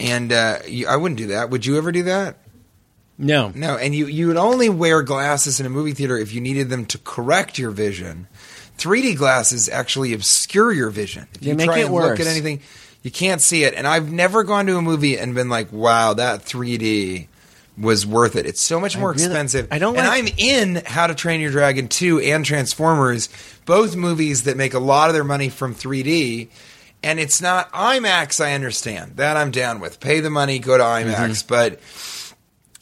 Speaker 4: And uh, you, I wouldn't do that. Would you ever do that?
Speaker 2: no.
Speaker 4: No. And you you would only wear glasses in a movie theater if you needed them to correct your vision. 3D glasses actually obscure your vision. If
Speaker 2: They
Speaker 4: you
Speaker 2: make
Speaker 4: try
Speaker 2: it
Speaker 4: and look
Speaker 2: worse.
Speaker 4: at anything, you can't see it. And I've never gone to a movie and been like, "Wow, that 3D." was worth it. It's so much more
Speaker 2: really-
Speaker 4: expensive.
Speaker 2: I don't
Speaker 4: And
Speaker 2: like-
Speaker 4: I'm in How to Train Your Dragon 2 and Transformers, both movies that make a lot of their money from 3D. And it's not IMAX, I understand. That I'm down with. Pay the money, go to IMAX.
Speaker 2: Mm-hmm.
Speaker 4: But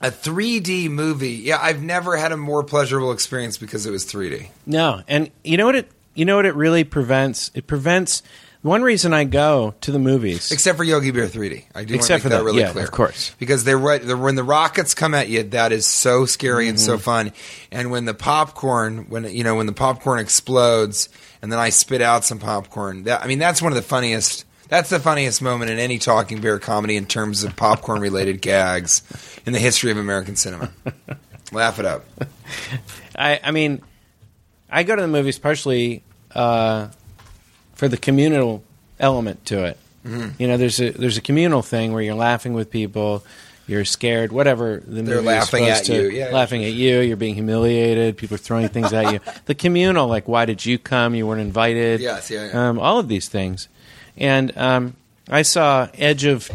Speaker 4: a 3D movie, yeah, I've never had a more pleasurable experience because it was 3D.
Speaker 2: No. And you know what it. You know what it really prevents. It prevents. One reason I go to the movies.
Speaker 4: Except for Yogi Bear 3D. I
Speaker 2: Except
Speaker 4: do want to make
Speaker 2: for
Speaker 4: that,
Speaker 2: that,
Speaker 4: really
Speaker 2: yeah,
Speaker 4: clear.
Speaker 2: of course.
Speaker 4: Because they're, right- they're, when the rockets come at you, that is so scary and
Speaker 2: Mm-hmm.
Speaker 4: so fun. And when the popcorn, when you know, when the popcorn explodes and then I spit out some popcorn, that I mean that's one of the funniest that's the funniest moment in any talking bear comedy in terms of popcorn
Speaker 2: [LAUGHS]
Speaker 4: related gags in the history of American cinema. Laugh it up.
Speaker 2: I, I mean, I go to the movies partially uh, for the communal element to it.
Speaker 4: Mm-hmm.
Speaker 2: You know, there's a there's a communal thing where you're laughing with people, you're scared, whatever. The movie is
Speaker 4: laughing
Speaker 2: supposed
Speaker 4: at
Speaker 2: to-
Speaker 4: you, yeah.
Speaker 2: laughing at you. You're being humiliated. People are throwing things at
Speaker 4: [LAUGHS]
Speaker 2: you. The communal, like, why did you come? You weren't invited.
Speaker 4: Yes, yeah, yeah.
Speaker 2: Um, all of these things, and um, I saw Edge of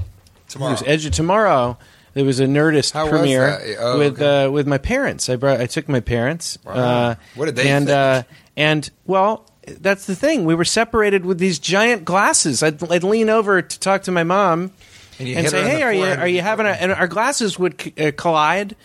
Speaker 4: Tomorrow.
Speaker 2: it was Edge of Tomorrow. There was a Nerdist
Speaker 4: How was
Speaker 2: premiere
Speaker 4: that? Oh,
Speaker 2: with
Speaker 4: okay.
Speaker 2: uh, with my parents. I brought I took my parents. Uh,
Speaker 4: What did they
Speaker 2: and
Speaker 4: think?
Speaker 2: Uh, and well, that's the thing. We were separated with these giant glasses. I'd, I'd lean over to talk to my mom
Speaker 4: And you
Speaker 2: and
Speaker 4: hit her
Speaker 2: say,
Speaker 4: on
Speaker 2: "Hey,
Speaker 4: the
Speaker 2: are you
Speaker 4: forehead."
Speaker 2: are you having a?" And our glasses would c- uh, collide.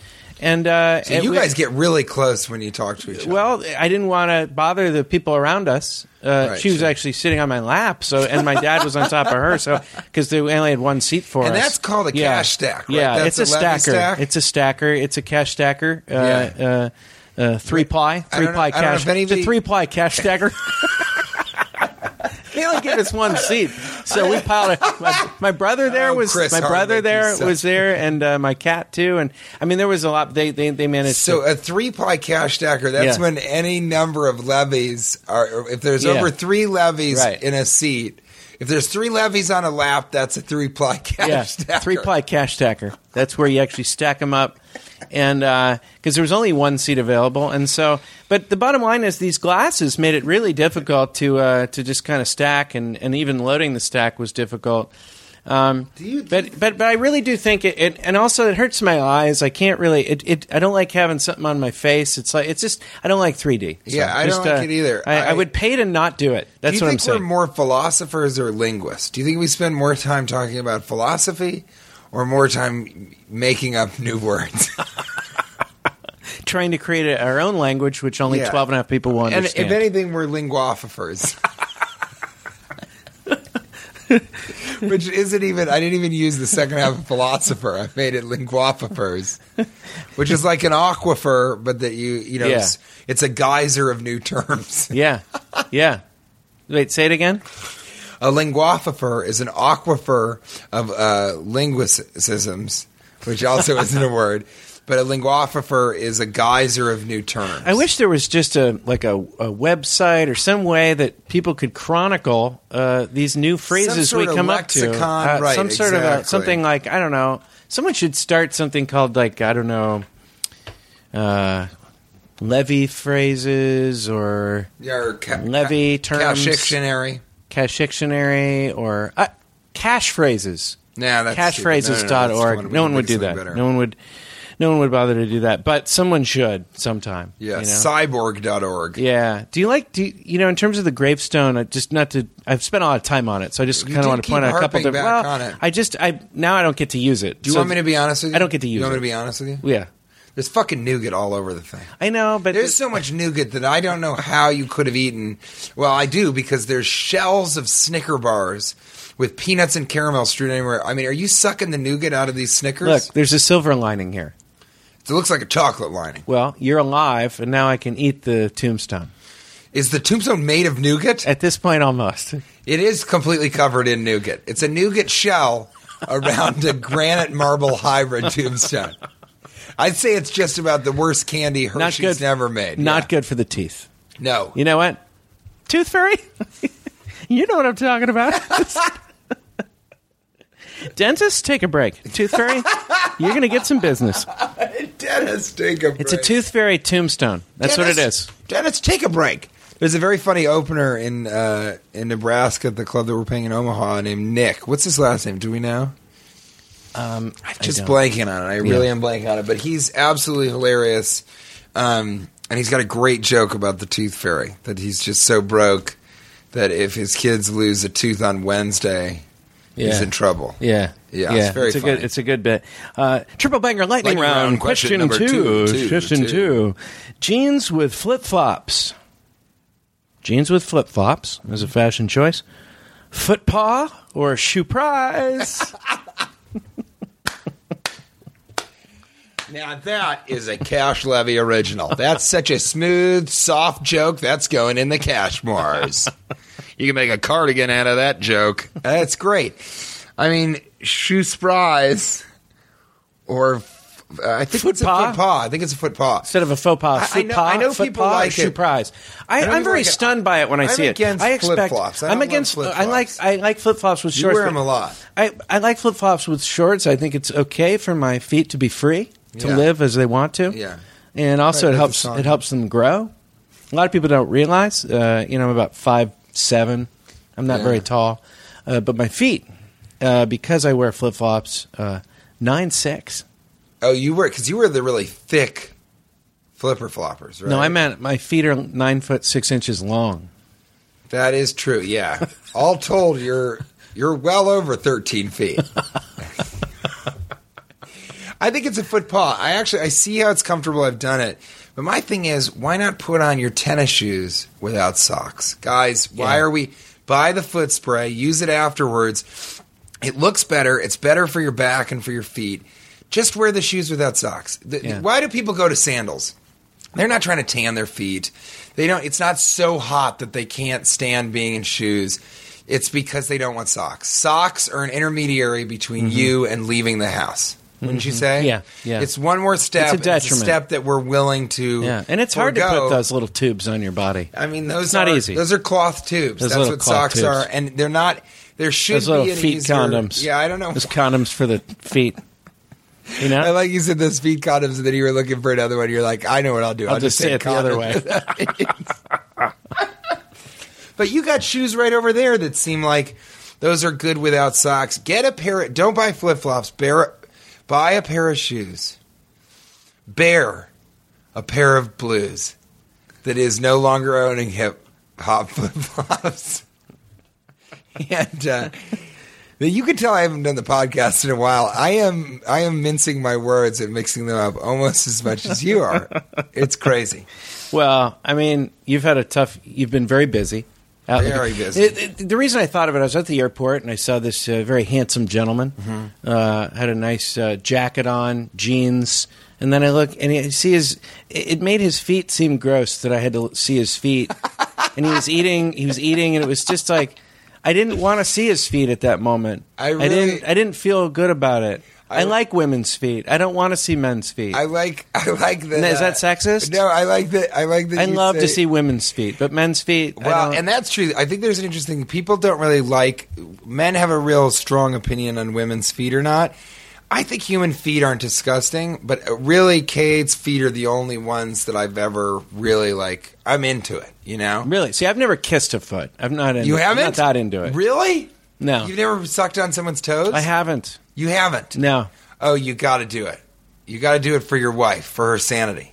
Speaker 2: And uh,
Speaker 4: So
Speaker 2: and
Speaker 4: you
Speaker 2: we-
Speaker 4: guys get really close when you talk to each other.
Speaker 2: well, I didn't want to bother the people around us. Uh,
Speaker 4: Right,
Speaker 2: she was
Speaker 4: sure.
Speaker 2: actually sitting on my lap, so and my dad was on top of her,
Speaker 4: [LAUGHS]
Speaker 2: so because they only had one seat for
Speaker 4: And
Speaker 2: us.
Speaker 4: that's called a cash stack, right?
Speaker 2: Yeah,
Speaker 4: That's
Speaker 2: it's a,
Speaker 4: a levy
Speaker 2: stacker.
Speaker 4: stack?
Speaker 2: It's a stacker. It's a cash stacker. Uh,
Speaker 4: Yeah.
Speaker 2: uh, uh, three ply,
Speaker 4: I
Speaker 2: three
Speaker 4: don't know-
Speaker 2: ply
Speaker 4: I don't know
Speaker 2: cash.
Speaker 4: if any of
Speaker 2: it's a
Speaker 4: the-
Speaker 2: three ply cash
Speaker 4: [LAUGHS]
Speaker 2: stacker. [LAUGHS] they only gave us one seat, so we piled. it. My, my brother there
Speaker 4: Oh,
Speaker 2: was
Speaker 4: Chris
Speaker 2: my brother
Speaker 4: Hardwick,
Speaker 2: there
Speaker 4: you suck.
Speaker 2: was there, and uh, my cat too. And I mean, there was a lot. They they, they managed
Speaker 4: So
Speaker 2: to
Speaker 4: a three ply cash stacker. That's
Speaker 2: Yeah.
Speaker 4: when any number of levies are. If there's
Speaker 2: Yeah.
Speaker 4: over three levies
Speaker 2: Right.
Speaker 4: in a seat, if there's three levies on a lap, that's a three ply [LAUGHS] cash
Speaker 2: yeah,
Speaker 4: stacker.
Speaker 2: three ply cash stacker. That's where you actually stack them up, and because there was only one seat available, and so. But the bottom line is these glasses made it really difficult to uh, to just kind of stack, and and even loading the stack was difficult. Um, but but but I really do think it, it, and also it hurts my eyes. I can't really. It, it I don't like having something on my face. It's like it's just I don't like 3D. So
Speaker 4: Yeah, I don't
Speaker 2: just, uh,
Speaker 4: like it either.
Speaker 2: I, I,
Speaker 4: I-
Speaker 2: would pay to not do it.
Speaker 4: Do
Speaker 2: That's
Speaker 4: you
Speaker 2: what I'm
Speaker 4: think we're
Speaker 2: saying.
Speaker 4: more philosophers or linguists? Do you think we spend more time talking about philosophy or more time making up new words?
Speaker 2: Trying to create a, our own language, which only
Speaker 4: Yeah.
Speaker 2: twelve and a half people will
Speaker 4: and if
Speaker 2: understand.
Speaker 4: anything, we're linguophers. [LAUGHS] Which isn't even, I didn't even use the second half of philosopher. I made it linguophers, which is like an aquifer, but that you, you know,
Speaker 2: Yeah.
Speaker 4: it's, it's a geyser of new terms.
Speaker 2: Yeah. Yeah. Wait, say it again?
Speaker 4: A linguophor is an aquifer of uh, linguicisms, which also isn't a word. but a linguophore is a geyser of new terms.
Speaker 2: I wish there was just a like a, a website or some way that people could chronicle uh, these new phrases
Speaker 4: sort
Speaker 2: we
Speaker 4: of
Speaker 2: come up to. Uh,
Speaker 4: lexicon, right,
Speaker 2: some sort of a,
Speaker 4: exactly.
Speaker 2: something like I don't know. Someone should start something called like I don't know, uh, levy phrases or
Speaker 4: Your ca-
Speaker 2: Levy
Speaker 4: ca-
Speaker 2: terms.
Speaker 4: Dictionary.
Speaker 2: cash dictionary or uh, cash phrases.
Speaker 4: Nah, that's stupid. No, no, no, that's the
Speaker 2: Cashphrases.org. No,
Speaker 4: one we
Speaker 2: one
Speaker 4: can
Speaker 2: would
Speaker 4: make
Speaker 2: do that.
Speaker 4: something better.
Speaker 2: No one would. No one would bother to do that, but someone should sometime.
Speaker 4: Yeah,
Speaker 2: you know?
Speaker 4: cyborg.org.
Speaker 2: Yeah. Do you like do you, you know in terms of the gravestone? I just not to. I've spent a lot of time on it, so I just
Speaker 4: You
Speaker 2: kind of
Speaker 4: did
Speaker 2: want to
Speaker 4: keep
Speaker 2: point out a couple
Speaker 4: harping
Speaker 2: different.
Speaker 4: back
Speaker 2: Well,
Speaker 4: on it.
Speaker 2: I just I now I don't get to use it.
Speaker 4: Do you want me to be honest with you?
Speaker 2: I don't get to use
Speaker 4: You want
Speaker 2: it.
Speaker 4: me to be honest with you?
Speaker 2: Yeah,
Speaker 4: There's fucking nougat all over the thing.
Speaker 2: I know, but
Speaker 4: There's so much nougat that I don't know how you could have eaten. Well, I do because there's shells of Snicker bars with peanuts and caramel strewn everywhere. I mean, are you sucking the nougat out of these Snickers?
Speaker 2: look, there's a silver lining here.
Speaker 4: It looks like a chocolate lining.
Speaker 2: Well, you're alive, and now I can eat the tombstone.
Speaker 4: Is the tombstone made of nougat?
Speaker 2: At this point, almost.
Speaker 4: It is completely covered in nougat. It's a nougat shell around a granite marble hybrid tombstone. I'd say it's just about the worst candy
Speaker 2: Not
Speaker 4: Hershey's
Speaker 2: good.
Speaker 4: never made.
Speaker 2: Not
Speaker 4: Yeah.
Speaker 2: good for the teeth.
Speaker 4: No. [LAUGHS]
Speaker 2: You know what? Tooth fairy? [LAUGHS] you know what I'm talking about. [LAUGHS] Dentist, take a break. Tooth fairy, you're going to get some business.
Speaker 4: Dennis, take a break.
Speaker 2: It's a tooth fairy tombstone. That's what it
Speaker 4: Dennis,
Speaker 2: is.
Speaker 4: Dennis, take a break. There's a very funny opener in uh, in Nebraska at the club that we're playing in Omaha named Nick. What's his last name? Do we know?
Speaker 2: Um, I
Speaker 4: Just
Speaker 2: don't.
Speaker 4: blanking on it. I really
Speaker 2: Yeah.
Speaker 4: am blanking on it. But he's absolutely hilarious. Um, and he's got a great joke about the tooth fairy that he's just so broke that if his kids lose a tooth on Wednesday, he's
Speaker 2: Yeah.
Speaker 4: in trouble.
Speaker 2: Yeah.
Speaker 4: Yeah, it's very
Speaker 2: a good
Speaker 4: funny.
Speaker 2: it's a good bit. Uh, triple banger lightning,
Speaker 4: Lightning
Speaker 2: round,
Speaker 4: round,
Speaker 2: question,
Speaker 4: question number
Speaker 2: two,
Speaker 4: two, two,
Speaker 2: Question
Speaker 4: two.
Speaker 2: two. Jeans with flip flops. Jeans with flip flops is a fashion choice. Foot paw or shoe prize.
Speaker 4: Now that is a cash levy original. That's such a smooth, soft joke. That's going in the cash mars. you can make a cardigan out of that joke. That's great. I mean, shoe surprise or f- I think it's a
Speaker 2: Foot paw?
Speaker 4: foot paw. I think it's a foot paw.
Speaker 2: Instead of a faux pas,
Speaker 4: I- I
Speaker 2: foot
Speaker 4: know-
Speaker 2: paw,
Speaker 4: I know
Speaker 2: foot
Speaker 4: people
Speaker 2: paw or
Speaker 4: like
Speaker 2: shoe
Speaker 4: it.
Speaker 2: prize. I,
Speaker 4: I
Speaker 2: I am
Speaker 4: know people
Speaker 2: very
Speaker 4: like it.
Speaker 2: stunned by it when I
Speaker 4: I'm
Speaker 2: see it.
Speaker 4: against
Speaker 2: I expect
Speaker 4: flip-flops. I
Speaker 2: I'm
Speaker 4: don't love
Speaker 2: against. I like
Speaker 4: flip-flops.
Speaker 2: I like flip flops with
Speaker 4: You
Speaker 2: shorts.
Speaker 4: wear
Speaker 2: but
Speaker 4: 'em a lot.
Speaker 2: I, I like flip flops with shorts. I think it's okay for my feet to be free to
Speaker 4: Yeah.
Speaker 2: live as they want to.
Speaker 4: Yeah.
Speaker 2: and also
Speaker 4: Right,
Speaker 2: it
Speaker 4: that's a
Speaker 2: helps
Speaker 4: song.
Speaker 2: it helps them grow. A lot of people don't realize. Uh, you know, I'm about five seven. I'm not
Speaker 4: Yeah.
Speaker 2: very tall, uh, but my feet, uh, because I wear flip flops, uh, nine six.
Speaker 4: Oh, you were because you were the really thick flipper floppers, right?
Speaker 2: No, I meant my feet are nine foot six inches long.
Speaker 4: that is true. Yeah, all told, you're you're well over thirteen feet. I think it's a foot paw. I actually I see how it's comfortable. I've done it, but my thing is, why not put on your tennis shoes without socks, guys? Why
Speaker 2: Yeah.
Speaker 4: are we buy the foot spray, use it afterwards? It looks better. It's better for your back and for your feet. Just wear the shoes without socks. The-
Speaker 2: Yeah.
Speaker 4: Why do people go to sandals? They're not trying to tan their feet. They don't. It's not so hot that they can't stand being in shoes. It's because they don't want socks. Socks are an intermediary between you and leaving the house. Wouldn't you say?
Speaker 2: Mm-hmm. Yeah, yeah.
Speaker 4: It's one more step.
Speaker 2: It's a detriment.
Speaker 4: step that we're willing to.
Speaker 2: Yeah, and it's hard to
Speaker 4: forego.
Speaker 2: put those little tubes on your body.
Speaker 4: I mean, those
Speaker 2: It's not
Speaker 4: are,
Speaker 2: easy.
Speaker 4: Those are cloth tubes.
Speaker 2: Those
Speaker 4: That's
Speaker 2: little
Speaker 4: what
Speaker 2: cloth
Speaker 4: socks
Speaker 2: tubes.
Speaker 4: are, and they're not. There should
Speaker 2: Those little
Speaker 4: be an
Speaker 2: feet
Speaker 4: easier-
Speaker 2: condoms.
Speaker 4: Yeah, I don't know.
Speaker 2: Those condoms for the feet. You know,
Speaker 4: I like you said those feet condoms, and then you were looking for another one. You're like, I know what I'll do.
Speaker 2: I'll just say it the other way.
Speaker 4: But you got shoes right over there that seem like those are good without socks. Get a pair. Of, don't buy flip flops. Bear, buy a pair of shoes. Bear a pair of blues that is no longer owning hip hop [LAUGHS] flip flops. and uh, you can tell I haven't done the podcast in a while. I am I am mincing my words and mixing them up almost as much as you are. It's crazy.
Speaker 2: Well, I mean, you've had a tough. You've been very busy. Out
Speaker 4: Very
Speaker 2: looking-
Speaker 4: busy.
Speaker 2: It- it- the reason I thought of it, I was at the airport and I saw this uh, very handsome gentleman.
Speaker 4: Mm-hmm.
Speaker 2: Uh, had a nice uh, jacket on, jeans, and then I look and I see his. It, it made his feet seem gross that I had to l- see his
Speaker 4: [LAUGHS]
Speaker 2: feet. and he was eating. He was eating, and it was just like I didn't want to see his feet at that moment.
Speaker 4: I really-
Speaker 2: didn't. I didn't feel good about it.
Speaker 4: I-
Speaker 2: I like women's feet. I don't want to see men's feet.
Speaker 4: I like I like that.
Speaker 2: And is that
Speaker 4: uh,
Speaker 2: sexist?
Speaker 4: No, I like that. I like that.
Speaker 2: I
Speaker 4: you
Speaker 2: love to
Speaker 4: say-
Speaker 2: see women's feet, but men's feet. I
Speaker 4: Well,
Speaker 2: don't-
Speaker 4: and that's true. I think there's an interesting. People don't really like. Men have a real strong opinion on women's feet or not. I think human feet aren't disgusting, but really, Kate's feet are the only ones that I've ever really like. I'm into it. You know,
Speaker 2: really, see, I've never kissed a foot. I'm not. In,
Speaker 4: you haven't
Speaker 2: I'm not that into it.
Speaker 4: Really?
Speaker 2: No.
Speaker 4: You've never sucked on someone's toes.
Speaker 2: I haven't.
Speaker 4: You haven't.
Speaker 2: No.
Speaker 4: Oh, you got to do it. You got to do it for your wife, for her sanity.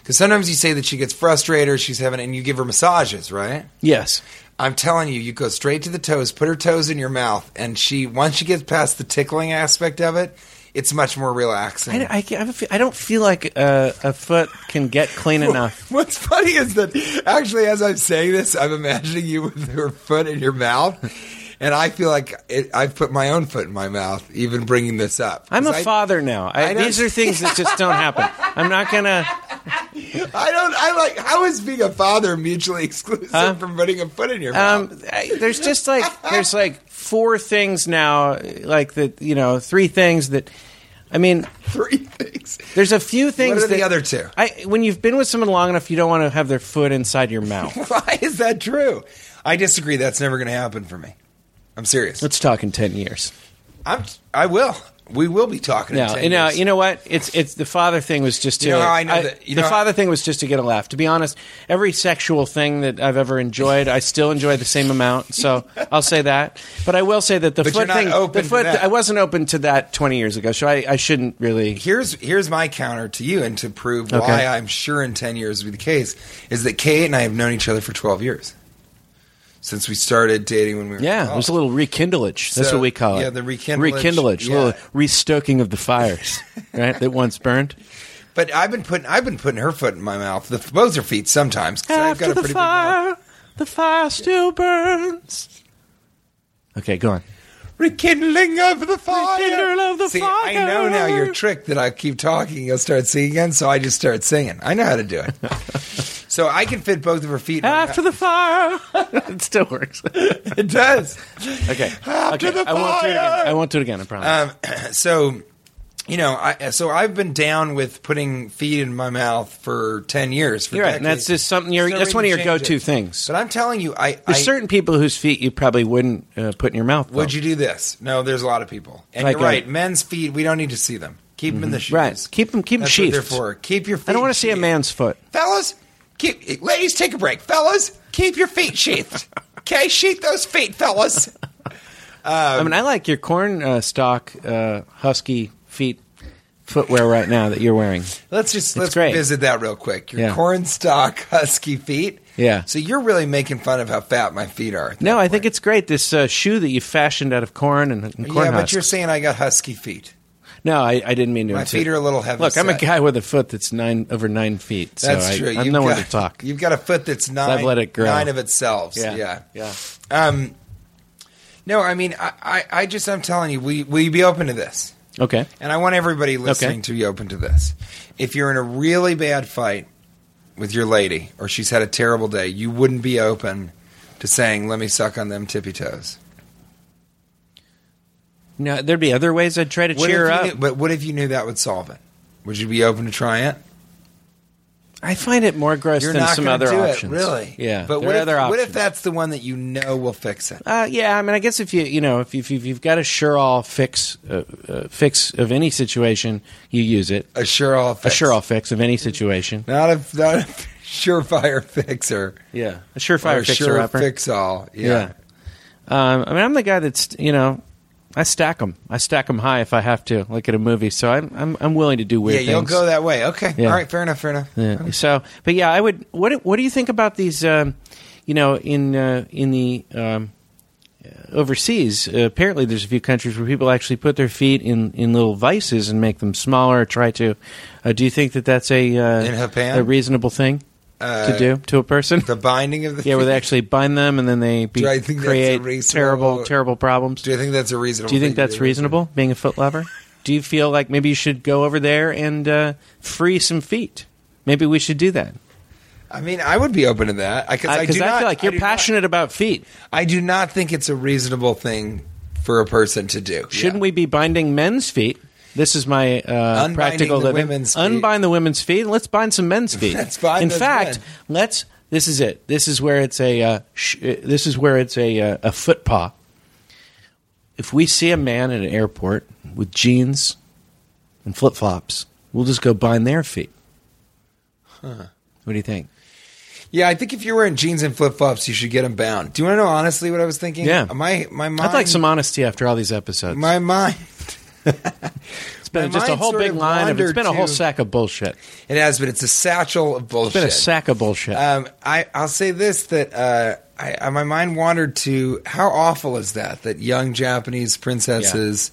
Speaker 4: Because sometimes you say that she gets frustrated, or she's having, and you give her massages, right?
Speaker 2: Yes.
Speaker 4: I'm telling you, you go straight to the toes, put her toes in your mouth, and she once she gets past the tickling aspect of it, it's much more relaxing.
Speaker 2: I, I, I fe- I don't feel like a, a foot can get
Speaker 4: [LAUGHS]
Speaker 2: clean enough.
Speaker 4: What's funny is that actually, as I'm saying this, I'm imagining you with your foot in your mouth, and I feel like it, I've put my own foot in my mouth, even bringing this up.
Speaker 2: I'm a
Speaker 4: 'Cause I-
Speaker 2: father now. I,
Speaker 4: I don't-
Speaker 2: these are things that just don't happen. I'm not gonna.
Speaker 4: I don't. I like. How is being a father mutually [LAUGHS] exclusive
Speaker 2: Huh?
Speaker 4: from putting a foot in your mouth?
Speaker 2: Um, I- there's just like there's like four things now, like that you know, three things that. I mean,
Speaker 4: Three things.
Speaker 2: there's a few things.
Speaker 4: are the
Speaker 2: that-
Speaker 4: other two?
Speaker 2: I when you've been with someone long enough, you don't want to have their foot inside your
Speaker 4: [LAUGHS]
Speaker 2: mouth.
Speaker 4: [LAUGHS] Why is that true? I disagree. That's never going to happen for me. I'm serious.
Speaker 2: Let's talk in ten years.
Speaker 4: I'm. I will. We will be talking. in
Speaker 2: No,
Speaker 4: 10
Speaker 2: you know,
Speaker 4: years.
Speaker 2: you know what? It's it's the father thing was just to
Speaker 4: You know how I know that- you
Speaker 2: the
Speaker 4: know-
Speaker 2: father thing was just to get a laugh. To be honest, every sexual thing that I've ever enjoyed, I still enjoy the same amount.
Speaker 4: [LAUGHS]
Speaker 2: So I'll say that. But I will say that the
Speaker 4: But you're
Speaker 2: foot
Speaker 4: not
Speaker 2: thing,
Speaker 4: open
Speaker 2: the
Speaker 4: to
Speaker 2: foot,
Speaker 4: that.
Speaker 2: I wasn't open to that twenty years ago. So I, I shouldn't really.
Speaker 4: Here's here's my counter to you, and to prove why
Speaker 2: Okay.
Speaker 4: I'm sure in ten years will be the case is that Kate and I have known each other for twelve years since we started dating when we were
Speaker 2: Yeah,
Speaker 4: twelve.
Speaker 2: there's a little rekindlage. That's
Speaker 4: Oh. So,
Speaker 2: what we call it.
Speaker 4: yeah, the rekindlage,
Speaker 2: rekindlage, a
Speaker 4: yeah.
Speaker 2: little restoking of the
Speaker 4: [LAUGHS]
Speaker 2: fires, right? That once burned.
Speaker 4: But I've been putting I've been putting her foot in my mouth, the, both her feet sometimes. 'cause I've
Speaker 2: After
Speaker 4: got a
Speaker 2: the
Speaker 4: pretty big mouth.
Speaker 2: fire, the fire still burns. Okay, go on.
Speaker 4: Rekindling of the fire.
Speaker 2: Rekindle of the
Speaker 4: See, I
Speaker 2: fire.
Speaker 4: know now your trick that I keep talking, you'll start singing again, so I just start singing. I know how to
Speaker 2: [LAUGHS]
Speaker 4: do it. so I can fit both of her feet. in my
Speaker 2: After the fire, [LAUGHS] it still works.
Speaker 4: mouth. [LAUGHS] it does.
Speaker 2: [LAUGHS] Okay.
Speaker 4: After the
Speaker 2: I won't do it
Speaker 4: fire! Um,
Speaker 2: again. I won't do it again. I promise.
Speaker 4: So, you know, I so I've been down with putting feet in my mouth for ten years. For
Speaker 2: You're right. And
Speaker 4: decades.
Speaker 2: that's just something. You're,
Speaker 4: There's no
Speaker 2: that's one of your
Speaker 4: reason to change
Speaker 2: go-to
Speaker 4: it.
Speaker 2: things.
Speaker 4: But I'm telling you, I, I
Speaker 2: There's certain people whose feet you probably wouldn't uh, put in your mouth.
Speaker 4: would
Speaker 2: though.
Speaker 4: you do this? No, there's a lot of people, and
Speaker 2: Like
Speaker 4: you're
Speaker 2: a-
Speaker 4: right.
Speaker 2: Mm-hmm.
Speaker 4: men's feet, we don't need to see them. Keep them in the shoes.
Speaker 2: Right. Keep 'em- keep 'em
Speaker 4: That's what they're
Speaker 2: sheathed.
Speaker 4: for. Keep your. feet
Speaker 2: I don't want to see a
Speaker 4: sheathed.
Speaker 2: man's foot.
Speaker 4: Fellas, keep. Ladies, take a break. Fellas, keep your feet sheathed.
Speaker 2: [LAUGHS]
Speaker 4: okay, sheath those feet, fellas. Um,
Speaker 2: I mean, I like your corn uh, stalk uh, husky feet footwear right now that you're
Speaker 4: [LAUGHS]
Speaker 2: wearing.
Speaker 4: Let's just let's
Speaker 2: great.
Speaker 4: visit that real quick. Your
Speaker 2: Yeah.
Speaker 4: corn stalk [LAUGHS] husky feet.
Speaker 2: Yeah.
Speaker 4: So you're really making fun of how fat my feet are. at that
Speaker 2: No, I
Speaker 4: point.
Speaker 2: think it's great. This uh, shoe that you fashioned out of corn and, and corn
Speaker 4: yeah, but
Speaker 2: husks.
Speaker 4: you're saying I got husky feet.
Speaker 2: No, I, I didn't mean to.
Speaker 4: My
Speaker 2: insult-
Speaker 4: feet are a little heavy
Speaker 2: Look, I'm a
Speaker 4: set.
Speaker 2: guy with a foot that's nine over nine feet. So
Speaker 4: That's
Speaker 2: I,
Speaker 4: true.
Speaker 2: I'm
Speaker 4: You've
Speaker 2: nowhere
Speaker 4: got-
Speaker 2: to
Speaker 4: [LAUGHS]
Speaker 2: talk.
Speaker 4: You've got a foot that's nine.
Speaker 2: I've let it grow.
Speaker 4: Nine of itself. Yeah.
Speaker 2: Yeah.
Speaker 4: yeah.
Speaker 2: Yeah.
Speaker 4: Um. No, I mean, I, I, I just, I'm telling you, will, you, will you be open to this?
Speaker 2: Okay.
Speaker 4: And I want everybody listening
Speaker 2: Okay.
Speaker 4: to be open to this. If you're in a really bad fight with your lady, or she's had a terrible day, you wouldn't be open to saying, "Let me suck on them tippy toes."
Speaker 2: No, there'd be other ways I'd try to
Speaker 4: What if
Speaker 2: cheer
Speaker 4: you
Speaker 2: her up.
Speaker 4: knew- but what if you knew that would solve it? Would you be open to try it?
Speaker 2: I find it more gross
Speaker 4: You're
Speaker 2: than
Speaker 4: not
Speaker 2: some
Speaker 4: gonna
Speaker 2: other
Speaker 4: do
Speaker 2: options.
Speaker 4: It, really?
Speaker 2: Yeah.
Speaker 4: But
Speaker 2: there
Speaker 4: what
Speaker 2: are
Speaker 4: if,
Speaker 2: other
Speaker 4: what
Speaker 2: options.
Speaker 4: if that's the one that you know will fix it?
Speaker 2: Uh, yeah, I mean, I guess if you you know if you, if you've, you've got a sure all fix uh, uh, fix of any situation, you use it.
Speaker 4: A sure all
Speaker 2: A
Speaker 4: fix.
Speaker 2: sure all fix of any situation.
Speaker 4: Not a not a [LAUGHS] surefire fixer.
Speaker 2: Yeah, a
Speaker 4: Or
Speaker 2: surefire
Speaker 4: a
Speaker 2: fixer
Speaker 4: sure
Speaker 2: upper.
Speaker 4: fix all. Yeah.
Speaker 2: Um, I mean, I'm the guy that's you know. I stack them. I stack them high if I have to, like at a movie. So I'm I'm, I'm willing to do
Speaker 4: Yeah,
Speaker 2: weird
Speaker 4: you'll
Speaker 2: things.
Speaker 4: go that way. Okay.
Speaker 2: Yeah.
Speaker 4: All right, fair enough, fair enough.
Speaker 2: Yeah. So, but yeah, I would. What What do you think about these? Um, you know, in uh, in the um, overseas, uh, apparently there's a few countries where people actually put their feet in, in little vices and make them smaller. Or try to. Uh, do you think that that's a uh,
Speaker 4: In Japan?
Speaker 2: a reasonable thing
Speaker 4: Uh,
Speaker 2: to do to a person?
Speaker 4: The binding of the
Speaker 2: yeah, where
Speaker 4: [LAUGHS]
Speaker 2: they
Speaker 4: feet.
Speaker 2: actually bind them and then they be,
Speaker 4: Do I think that's a
Speaker 2: create
Speaker 4: reasonable-
Speaker 2: terrible terrible problems.
Speaker 4: Do you think that's a reasonable
Speaker 2: Do you
Speaker 4: thing
Speaker 2: think
Speaker 4: to
Speaker 2: that's reasonable? Being a foot lover? Do you feel like maybe you should go over there and uh, free some feet? Maybe we should do that.
Speaker 4: I mean, I would be open to that. Because I,
Speaker 2: because
Speaker 4: do
Speaker 2: I,
Speaker 4: not-
Speaker 2: feel like
Speaker 4: I
Speaker 2: you're
Speaker 4: do not-
Speaker 2: passionate about feet.
Speaker 4: I do not think it's a reasonable thing for a person to do.
Speaker 2: Shouldn't we be binding men's feet? This is my uh,
Speaker 4: Unbinding
Speaker 2: practical
Speaker 4: the
Speaker 2: living.
Speaker 4: women's feet.
Speaker 2: Unbind the women's feet. and Let's bind some men's feet.
Speaker 4: [LAUGHS] Let's bind
Speaker 2: In
Speaker 4: those
Speaker 2: fact, let's. This is it. This is where it's a. Uh, sh- uh, this is where it's a uh, a foot paw. If we see a man at an airport with jeans and flip flops, we'll just go bind their feet. What do you think?
Speaker 4: Yeah, I think if you're wearing jeans and flip flops, you should get them bound. Do you want to know honestly what I was thinking?
Speaker 2: Yeah.
Speaker 4: my my mind.
Speaker 2: I'd like some honesty after all these episodes.
Speaker 4: My mind. [LAUGHS]
Speaker 2: it's been
Speaker 4: my
Speaker 2: just a
Speaker 4: mind
Speaker 2: whole
Speaker 4: sort
Speaker 2: big
Speaker 4: of
Speaker 2: line of. It's been a
Speaker 4: wandered
Speaker 2: whole
Speaker 4: to-
Speaker 2: sack of bullshit. It's
Speaker 4: It has, but it's a satchel of bullshit.
Speaker 2: been a sack of bullshit. Uh,
Speaker 4: Um, I I'll say this that uh, I, I my mind wandered to how awful is that that young Japanese princesses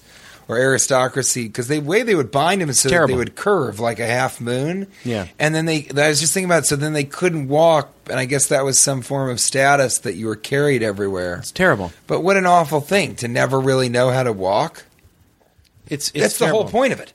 Speaker 4: or aristocracy because the way they would bind them is so that
Speaker 2: Terrible.
Speaker 4: they would curve like a half moon.
Speaker 2: Yeah.
Speaker 4: and then they I was just thinking about it, so then they couldn't walk, and I guess that was some form of status that you were carried everywhere.
Speaker 2: it's terrible.
Speaker 4: But what an awful thing to never really know how to walk.
Speaker 2: It's, it's
Speaker 4: That's the whole
Speaker 2: terrible.
Speaker 4: point of it.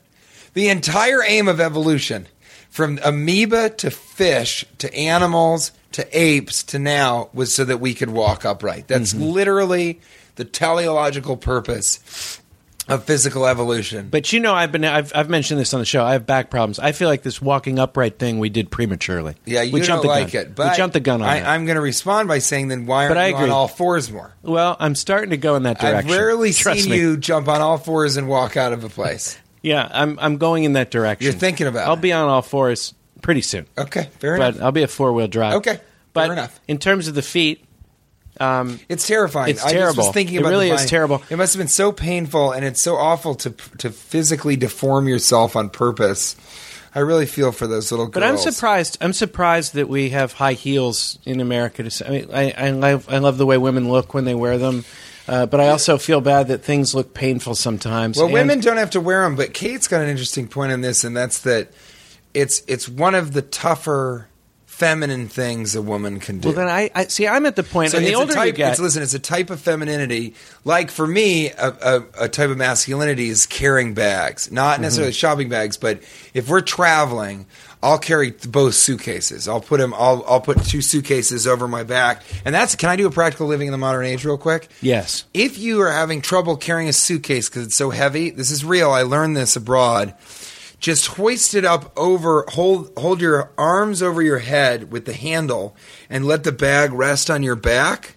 Speaker 4: The entire aim of evolution, from amoeba to fish to animals to apes to now, was so that we could walk upright. That's
Speaker 2: Mm-hmm.
Speaker 4: literally the teleological purpose of physical evolution.
Speaker 2: But you know, I've been I've, I've mentioned this on the show. I have back problems. I feel like this walking upright thing we did prematurely.
Speaker 4: yeah, you
Speaker 2: we
Speaker 4: don't
Speaker 2: the
Speaker 4: like
Speaker 2: gun.
Speaker 4: it. But
Speaker 2: we jumped the gun on
Speaker 4: I,
Speaker 2: that.
Speaker 4: I'm going to respond by saying, then why aren't
Speaker 2: But I
Speaker 4: you on
Speaker 2: agree.
Speaker 4: all fours more?
Speaker 2: well, I'm starting to go in that direction.
Speaker 4: I've rarely
Speaker 2: Trust
Speaker 4: seen
Speaker 2: me.
Speaker 4: you jump on all fours and walk out of
Speaker 2: [LAUGHS]
Speaker 4: a place.
Speaker 2: Yeah, I'm I'm going in that direction.
Speaker 4: You're thinking about
Speaker 2: I'll
Speaker 4: it.
Speaker 2: be on all fours pretty soon.
Speaker 4: Okay, fair
Speaker 2: but
Speaker 4: enough.
Speaker 2: I'll be a four wheel drive.
Speaker 4: Okay,
Speaker 2: but
Speaker 4: fair enough.
Speaker 2: in terms of the feet, um,
Speaker 4: It's terrifying.
Speaker 2: It's
Speaker 4: I just was
Speaker 2: terrible.
Speaker 4: thinking
Speaker 2: It
Speaker 4: about
Speaker 2: really
Speaker 4: the
Speaker 2: is
Speaker 4: vine.
Speaker 2: terrible.
Speaker 4: It must have been so painful, and it's so awful to to physically deform yourself on purpose. I really feel for those little girls.
Speaker 2: but I'm surprised. I'm surprised that we have high heels in America. To, s- I mean, I, I love I love the way women look when they wear them. Uh, but I also feel bad that things look painful sometimes.
Speaker 4: Well,
Speaker 2: and-
Speaker 4: women don't have to wear them, but Kate's got an interesting point on this, and that's that it's it's one of the tougher feminine things a woman can do.
Speaker 2: Well, then I, I see. I'm at the point,
Speaker 4: So
Speaker 2: and the
Speaker 4: it's
Speaker 2: older
Speaker 4: a type,
Speaker 2: you get,
Speaker 4: it's, listen, it's a type of femininity. Like for me, a, a, a type of masculinity is carrying bags, not
Speaker 2: Mm-hmm.
Speaker 4: necessarily shopping bags, but if we're traveling, I'll carry th- both suitcases. I'll put them. I'll I'll put two suitcases over my back, and that's. Can I do a practical living in the modern age real quick?
Speaker 2: Yes.
Speaker 4: If you are having trouble carrying a suitcase because it's so heavy, this is real. I learned this abroad. Just hoist it up over, hold hold your arms over your head with the handle, and let the bag rest on your back.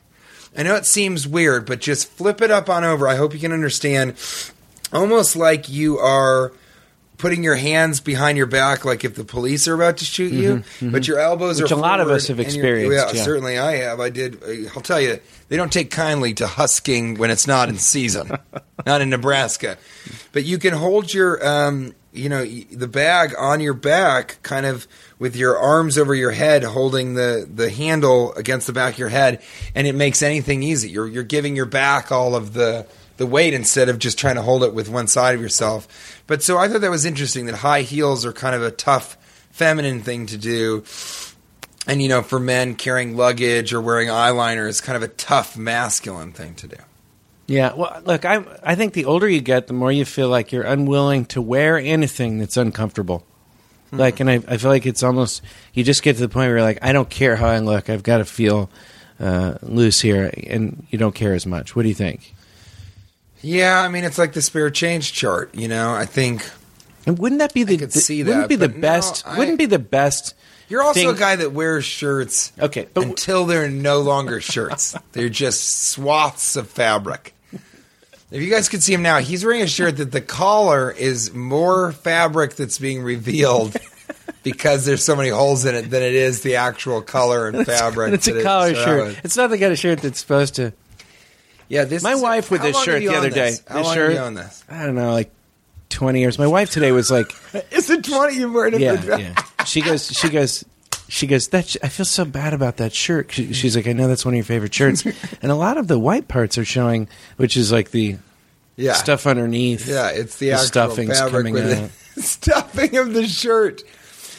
Speaker 4: I know it seems weird, but just flip it up on over. I hope you can understand. Almost like you are putting your hands behind your back, like if the police are about to shoot you, but your elbows
Speaker 2: Mm-hmm, Which
Speaker 4: are.
Speaker 2: a lot of
Speaker 4: forward
Speaker 2: us have
Speaker 4: and your-
Speaker 2: experienced,
Speaker 4: yeah,
Speaker 2: yeah.
Speaker 4: certainly I have. I did. I'll tell you, they don't take kindly to husking when it's not in season,
Speaker 2: [LAUGHS]
Speaker 4: not in Nebraska. But you can hold your, um, you know, y- the bag on your back, kind of with your arms over your head, holding the the handle against the back of your head, and it makes anything easy. You're you're giving your back all of the the weight instead of just trying to hold it with one side of yourself. But so I thought that was interesting that high heels are kind of a tough feminine thing to do. And you know, for men carrying luggage or wearing eyeliner is kind of a tough masculine thing to do.
Speaker 2: yeah. Well, look, I I think the older you get, the more you feel like you're unwilling to wear anything that's uncomfortable.
Speaker 4: Hmm.
Speaker 2: Like, and I, I feel like it's almost you just get to the point where you're like, I don't care how I look. I've got to feel uh, loose here, and you don't care as much. What do you think?
Speaker 4: Yeah, I mean, it's like the spirit change chart. You know, I think
Speaker 2: And wouldn't that be the,
Speaker 4: could
Speaker 2: the-
Speaker 4: see
Speaker 2: wouldn't
Speaker 4: that,
Speaker 2: be the
Speaker 4: but no,
Speaker 2: best?
Speaker 4: I-
Speaker 2: wouldn't be the best?
Speaker 4: you're also
Speaker 2: thing-
Speaker 4: a guy that wears shirts.
Speaker 2: Okay, but-
Speaker 4: until they're no
Speaker 2: [LAUGHS]
Speaker 4: longer shirts, they're just swaths of fabric. If you guys could see him now, he's wearing a shirt that the collar is more fabric that's
Speaker 2: [LAUGHS]
Speaker 4: being revealed because there's so many holes in it than it is the actual color and fabric.
Speaker 2: It's
Speaker 4: that
Speaker 2: a
Speaker 4: it-
Speaker 2: collar
Speaker 4: so that
Speaker 2: shirt.
Speaker 4: was-
Speaker 2: It's not the kind of shirt that's supposed to.
Speaker 4: Yeah, this.
Speaker 2: My
Speaker 4: is-
Speaker 2: wife with
Speaker 4: how
Speaker 2: this
Speaker 4: long have
Speaker 2: shirt
Speaker 4: you
Speaker 2: the other
Speaker 4: owned
Speaker 2: day.
Speaker 4: this? How
Speaker 2: this
Speaker 4: long
Speaker 2: shirt,
Speaker 4: have you
Speaker 2: [LAUGHS]
Speaker 4: owned this?
Speaker 2: I don't know, like twenty years. My wife today was
Speaker 4: [LAUGHS]
Speaker 2: like,
Speaker 4: Is it twenty? You wearing it?
Speaker 2: yeah,
Speaker 4: for-
Speaker 2: yeah. She goes, she goes, she goes. That sh- I feel so bad about that shirt. She, she's like, I know that's one of your favorite
Speaker 4: [LAUGHS]
Speaker 2: shirts, and a lot of the white parts are showing, which is like the
Speaker 4: Yeah.
Speaker 2: stuff underneath.
Speaker 4: Yeah, it's the, actual fabric with
Speaker 2: out.
Speaker 4: the [LAUGHS] stuffing of the shirt.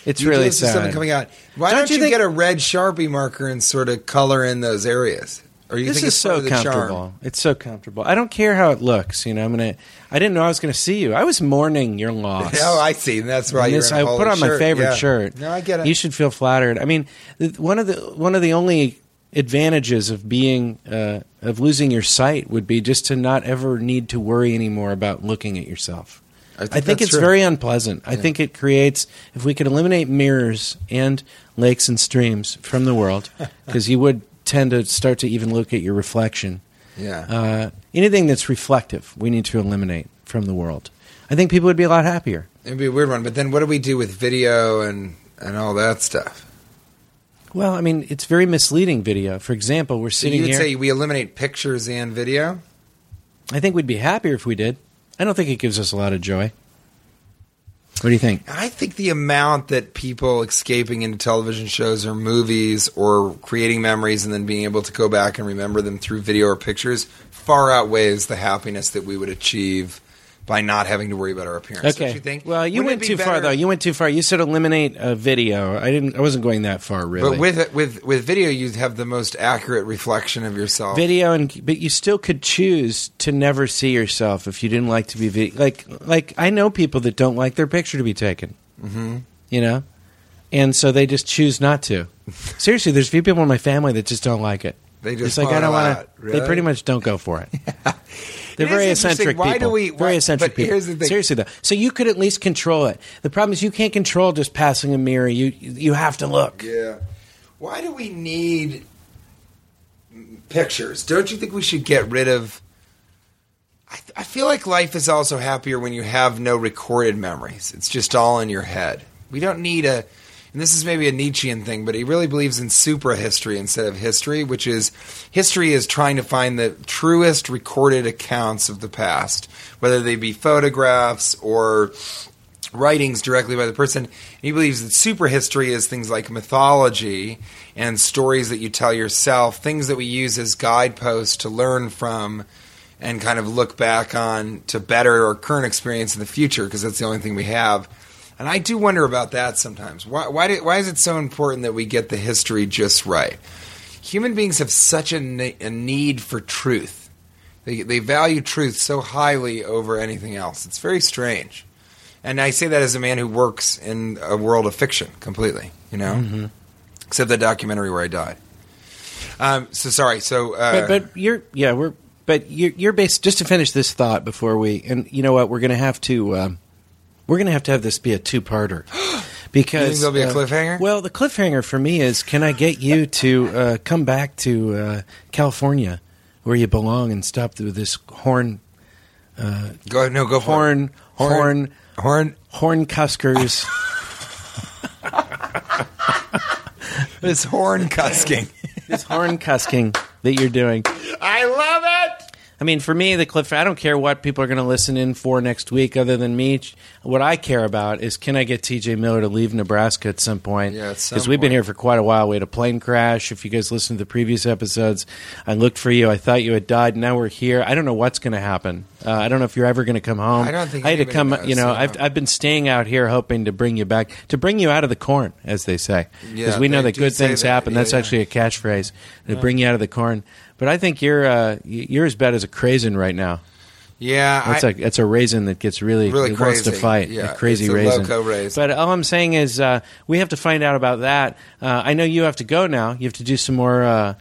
Speaker 2: It's
Speaker 4: You
Speaker 2: really
Speaker 4: notice there's
Speaker 2: sad.
Speaker 4: Something coming out. Why
Speaker 2: Don't
Speaker 4: don't,
Speaker 2: you
Speaker 4: you,
Speaker 2: think-
Speaker 4: get a red sharpie marker and sort of color in those areas? Or you
Speaker 2: This
Speaker 4: think
Speaker 2: is
Speaker 4: it's part
Speaker 2: so
Speaker 4: of the
Speaker 2: comfortable.
Speaker 4: charm?
Speaker 2: It's so comfortable. I don't care how it looks. You know, I'm gonna. I didn't know I was gonna see you. I was mourning your
Speaker 4: [LAUGHS]
Speaker 2: loss.
Speaker 4: [LAUGHS] Oh, I see. And that's why
Speaker 2: And
Speaker 4: you're
Speaker 2: this-
Speaker 4: in a
Speaker 2: I
Speaker 4: holy
Speaker 2: put on my
Speaker 4: shirt.
Speaker 2: favorite
Speaker 4: Yeah.
Speaker 2: shirt.
Speaker 4: No, I get it.
Speaker 2: You should feel flattered. I mean, th- one of the one of the only advantages of being uh, of losing your sight would be just to not ever need to worry anymore about looking at yourself.
Speaker 4: I
Speaker 2: I
Speaker 4: think
Speaker 2: think
Speaker 4: that's
Speaker 2: it's
Speaker 4: true.
Speaker 2: very unpleasant. I think it creates, if we could eliminate mirrors and lakes and streams from the
Speaker 4: [LAUGHS]
Speaker 2: world, because you would tend to start to even look at your reflection.
Speaker 4: Yeah.
Speaker 2: Uh, anything that's reflective, we need to eliminate from the world. I think people would be a lot happier.
Speaker 4: It'd be a weird one. But then what do we do with video and, and all that stuff?
Speaker 2: Well, I mean, it's very misleading video. For example, we're
Speaker 4: So
Speaker 2: sitting
Speaker 4: you would
Speaker 2: here.
Speaker 4: say we eliminate pictures and video?
Speaker 2: I think we'd be happier if we did. I don't think it gives us a lot of joy. What do you think?
Speaker 4: I think the amount that people escaping into television shows or movies or creating memories and then being able to go back and remember them through video or pictures far outweighs the happiness that we would achieve by not having to worry about our appearance. Don't you think?
Speaker 2: Well, you went
Speaker 4: Wouldn't it be
Speaker 2: too far
Speaker 4: better-
Speaker 2: though. You went too far. You said eliminate a video. I didn't. I wasn't going that far really.
Speaker 4: But with with with video, you have the most accurate reflection of yourself.
Speaker 2: video and but you still could choose to never see yourself if you didn't like to be vi- like like I know people that don't like their picture to be taken. Mm-hmm. You know, and so they just choose not
Speaker 4: [LAUGHS]
Speaker 2: to. Seriously, there's a few people in my family that just don't like it.
Speaker 4: They just
Speaker 2: It's like I
Speaker 4: aren't
Speaker 2: don't want
Speaker 4: allowed,
Speaker 2: to.
Speaker 4: really?
Speaker 2: They pretty much don't go for
Speaker 4: [LAUGHS]
Speaker 2: it. They're
Speaker 4: It is
Speaker 2: very
Speaker 4: interesting.
Speaker 2: eccentric
Speaker 4: Why do
Speaker 2: people.
Speaker 4: we- why-
Speaker 2: very eccentric
Speaker 4: but
Speaker 2: people.
Speaker 4: here's the thing.
Speaker 2: Seriously though, so you could at least control it. The problem is you can't control just passing a mirror. You you have to look.
Speaker 4: Yeah. Why do we need pictures? Don't you think we should get rid of? I, I feel like life is also happier when you have no recorded memories. It's just all in your head. We don't need a. And this is maybe a Nietzschean thing, but he really believes in supra history instead of history, which is history is trying to find the truest recorded accounts of the past, whether they be photographs or writings directly by the person. And he believes that superhistory is things like mythology and stories that you tell yourself, things that we use as guideposts to learn from and kind of look back on to better our current experience in the future because that's the only thing we have. And I do wonder about that sometimes. Why, why, do, why is it so important that we get the history just right? Human beings have such a, ne- a need for truth. They, they value truth so highly over anything else. It's very strange. And I say that as a man who works in a world of fiction completely, you know?
Speaker 2: Mm-hmm.
Speaker 4: Except the documentary where I died. Um, so sorry. So, uh,
Speaker 2: but, but you're yeah we're but you're, you're based just to finish this thought before we and you know what we're gonna have to um, we're gonna have to have this be a two-parter [GASPS] because
Speaker 4: [GASPS]
Speaker 2: uh,
Speaker 4: You think there'll be a cliffhanger?
Speaker 2: well the cliffhanger for me is can i get you to uh, come back to uh, california where you belong and stop th- this horn
Speaker 4: go no go for it.
Speaker 2: horn horn
Speaker 4: horn
Speaker 2: horn cuskers
Speaker 4: [LAUGHS] It's [LAUGHS] horn cusking.
Speaker 2: this horn cusking that you're doing
Speaker 4: [LAUGHS] I love it.
Speaker 2: I mean, for me, the cliff. I don't care what people are going to listen in for next week, other than me. What I care about is can I get T.J. Miller to leave Nebraska at some point?
Speaker 4: Yeah, at some
Speaker 2: because we've been
Speaker 4: point.
Speaker 2: here for quite a while. We had a plane crash. If you guys listened to the previous episodes, I looked for you. I thought you had died. Now we're here. I don't know what's going to happen. Uh, I don't know if you're ever going to come home.
Speaker 4: I don't think
Speaker 2: I had to
Speaker 4: anybody
Speaker 2: come.
Speaker 4: knows,
Speaker 2: you know,
Speaker 4: yeah.
Speaker 2: I've I've been staying out here hoping to bring you back, to bring you out of the corn, as they say, because
Speaker 4: Yeah,
Speaker 2: we know
Speaker 4: they
Speaker 2: that
Speaker 4: do
Speaker 2: good
Speaker 4: say
Speaker 2: things
Speaker 4: that.
Speaker 2: happen.
Speaker 4: Yeah,
Speaker 2: That's
Speaker 4: yeah.
Speaker 2: actually a catchphrase to bring you out of the corn. But I think you're uh, y- you're as bad as a craisin right now.
Speaker 4: Yeah,
Speaker 2: That's
Speaker 4: I-
Speaker 2: like that's a raisin that gets really,
Speaker 4: Really
Speaker 2: it wants to
Speaker 4: crazy.
Speaker 2: fight.
Speaker 4: Yeah,
Speaker 2: a crazy
Speaker 4: it's a
Speaker 2: raisin.
Speaker 4: loco raisin.
Speaker 2: But all I'm saying is uh, we have to find out about that. Uh, I know you have to go now. You have to do some more. Uh,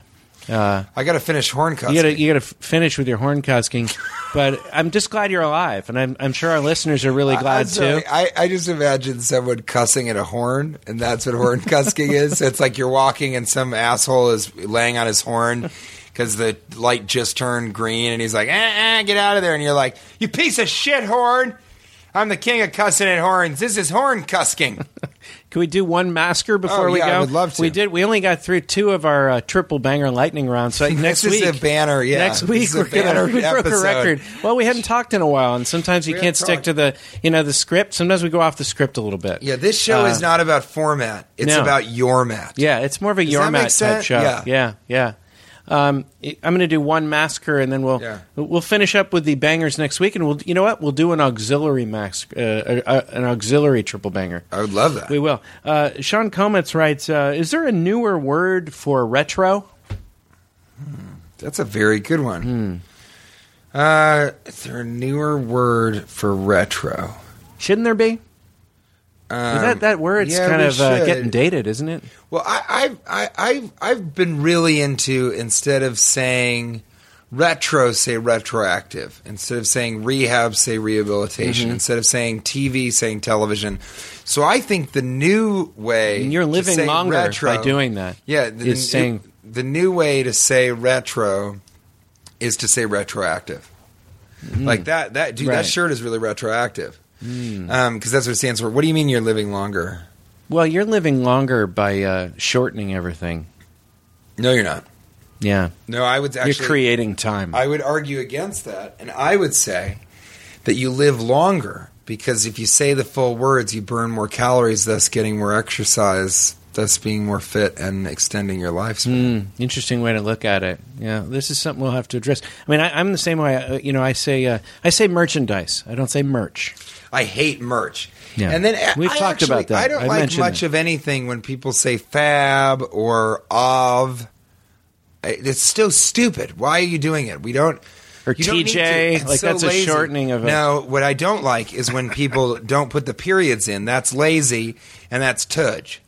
Speaker 4: I got to finish horn cusking.
Speaker 2: you gotta you gotta f- finish with your horn cusking. but I'm just glad you're alive, and I'm I'm sure our listeners are really
Speaker 4: I-
Speaker 2: glad
Speaker 4: I'm sorry.
Speaker 2: too.
Speaker 4: I, I just imagine someone cussing at a horn, and that's what horn cusking is. It's like you're walking, and some asshole is laying on his horn because the light just turned green, and he's like, eh, eh, get out of there. And you're like, you piece of shit, horn. I'm the king of cussing at horns. This is horn cusking.
Speaker 2: Can we do one masker before
Speaker 4: Oh,
Speaker 2: we go?
Speaker 4: yeah, I would love to.
Speaker 2: We did. We only got through two of our uh, triple banger lightning rounds. So next
Speaker 4: [LAUGHS] This
Speaker 2: week,
Speaker 4: is a banner, yeah.
Speaker 2: Next
Speaker 4: This
Speaker 2: week
Speaker 4: is a
Speaker 2: we're gonna [LAUGHS]
Speaker 4: banner
Speaker 2: we broke a
Speaker 4: episode.
Speaker 2: record. Well, we hadn't talked in a while, and sometimes you
Speaker 4: We
Speaker 2: can't
Speaker 4: haven't
Speaker 2: stick
Speaker 4: talked.
Speaker 2: to the you know the script. Sometimes we go off the script a little bit.
Speaker 4: Yeah, this show
Speaker 2: Uh,
Speaker 4: is not about format. It's
Speaker 2: no.
Speaker 4: about your mat.
Speaker 2: Yeah, it's more of a
Speaker 4: Does that make
Speaker 2: Yormat type
Speaker 4: sense?
Speaker 2: show.
Speaker 4: Yeah.
Speaker 2: yeah. yeah. Um, I- I'm going to do one masker, and then we'll
Speaker 4: Yeah.
Speaker 2: we'll finish up with the bangers next week, and we'll you know what we'll do an auxiliary mask, uh, uh, uh, an auxiliary triple banger.
Speaker 4: I would love that.
Speaker 2: We will. Uh, Sean Comets writes: uh, Is there a newer word for retro?
Speaker 4: That's a very good one. Uh, is there a newer word for retro?
Speaker 2: Shouldn't there be?
Speaker 4: Um,
Speaker 2: Is that that word's
Speaker 4: yeah,
Speaker 2: kind
Speaker 4: we
Speaker 2: of uh,
Speaker 4: should.
Speaker 2: getting dated, isn't it?
Speaker 4: Well, I, I've I, I've I've been really into instead of saying retro say retroactive instead of saying rehab say rehabilitation
Speaker 2: Mm-hmm.
Speaker 4: instead of saying tv saying television so i think the new way
Speaker 2: And you're
Speaker 4: to
Speaker 2: living
Speaker 4: say
Speaker 2: longer
Speaker 4: retro-
Speaker 2: by doing that.
Speaker 4: yeah
Speaker 2: the, is saying
Speaker 4: the new way to say retro is to say retroactive like that that dude
Speaker 2: Mm. Right. Mm.
Speaker 4: that shirt is really retroactive because that's what it stands for what do you mean you're living longer
Speaker 2: well, you're living longer by uh, shortening everything.
Speaker 4: no you're not
Speaker 2: Yeah,
Speaker 4: no i would actually
Speaker 2: you're creating time.
Speaker 4: I would argue against that, and I would say that you live longer because if you say the full words, you burn more calories, thus getting more exercise, thus being more fit and extending your lifespan.
Speaker 2: Hmm, interesting way to look at it. Yeah, this is something we'll have to address. I mean, I, I'm the same way. uh, You know, I say uh, I say merchandise. I don't say merch.
Speaker 4: I hate merch.
Speaker 2: Yeah.
Speaker 4: And then
Speaker 2: We've
Speaker 4: I
Speaker 2: talked
Speaker 4: actually-
Speaker 2: about that.
Speaker 4: I don't
Speaker 2: I
Speaker 4: like
Speaker 2: mentioned
Speaker 4: much
Speaker 2: that.
Speaker 4: of anything when people say fab or of. I- It's still stupid. Why are you doing it? We don't.
Speaker 2: Or
Speaker 4: You don't need
Speaker 2: TJ,
Speaker 4: to. It's
Speaker 2: like,
Speaker 4: so
Speaker 2: that's a
Speaker 4: lazy.
Speaker 2: shortening of a-
Speaker 4: No, what I don't like is
Speaker 2: [LAUGHS]
Speaker 4: when people don't put the periods in. That's lazy and that's tudge.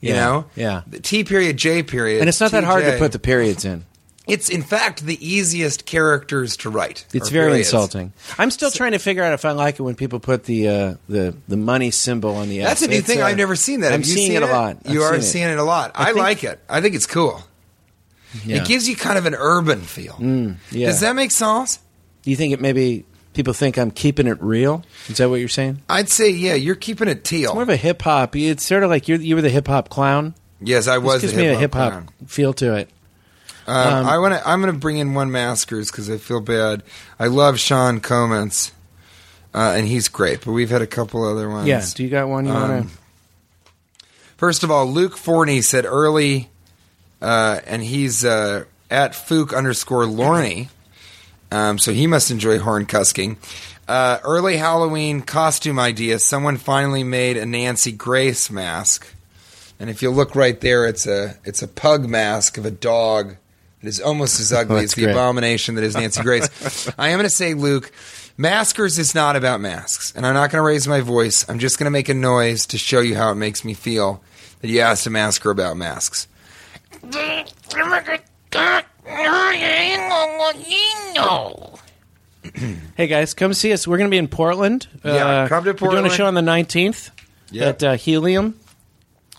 Speaker 4: You
Speaker 2: Yeah,
Speaker 4: know?
Speaker 2: yeah.
Speaker 4: The T period, J period.
Speaker 2: And it's not that hard to
Speaker 4: TJ.
Speaker 2: put the periods in.
Speaker 4: It's in fact the easiest characters to write.
Speaker 2: It's
Speaker 4: or
Speaker 2: very
Speaker 4: periods.
Speaker 2: insulting. I'm still trying to figure out if I like it when people put the uh, the the money symbol on the.
Speaker 4: That's
Speaker 2: F.
Speaker 4: a new
Speaker 2: It's,
Speaker 4: thing.
Speaker 2: uh,
Speaker 4: I've never seen that.
Speaker 2: I'm
Speaker 4: Have you
Speaker 2: seeing
Speaker 4: seen
Speaker 2: it a lot. I've
Speaker 4: you are
Speaker 2: seen it.
Speaker 4: seeing it a lot. I,
Speaker 2: think-
Speaker 4: like it. I think it's cool.
Speaker 2: Yeah. Mm,
Speaker 4: It gives you kind of an urban feel.
Speaker 2: yeah.
Speaker 4: Does that make sense?
Speaker 2: Do you think it maybe people think I'm keeping it real? Is that what you're saying?
Speaker 4: I'd say yeah. You're keeping it teal.
Speaker 2: More of a hip hop. It's sort of like you you were the hip hop clown.
Speaker 4: yes, I
Speaker 2: This
Speaker 4: was.
Speaker 2: gives
Speaker 4: the
Speaker 2: me a hip
Speaker 4: hip-hop
Speaker 2: hop
Speaker 4: clown.
Speaker 2: feel to it.
Speaker 4: Um,
Speaker 2: Um,
Speaker 4: I want to. I'm going to bring in one maskers because I feel bad. I love Sean Comans, uh, and he's great. But we've had a couple other ones.
Speaker 2: Yeah. Do you got one you want
Speaker 4: Um,
Speaker 2: to?
Speaker 4: First of all, Luke Forney said early, uh, and he's uh, at Fook underscore Lorney, um, so he must enjoy horn cusking. Uh, early Halloween costume idea. Someone finally made a Nancy Grace mask, and if you look right there, it's a it's a pug mask of a dog that is almost
Speaker 2: [LAUGHS]
Speaker 4: as ugly as
Speaker 2: Oh, That's
Speaker 4: the
Speaker 2: great.
Speaker 4: abomination that is
Speaker 2: [LAUGHS]
Speaker 4: Nancy Grace. I am going to say, Luke, maskers is not about masks, and I'm not going to raise my voice. I'm just going to make a noise to show you how it makes me feel that you asked a masker about masks.
Speaker 2: Hey guys, come see us. We're going to be in Portland. Uh,
Speaker 4: Yeah, come to
Speaker 2: We're doing
Speaker 4: Portland.
Speaker 2: a show on the 19th
Speaker 4: Yeah.
Speaker 2: at uh, Helium.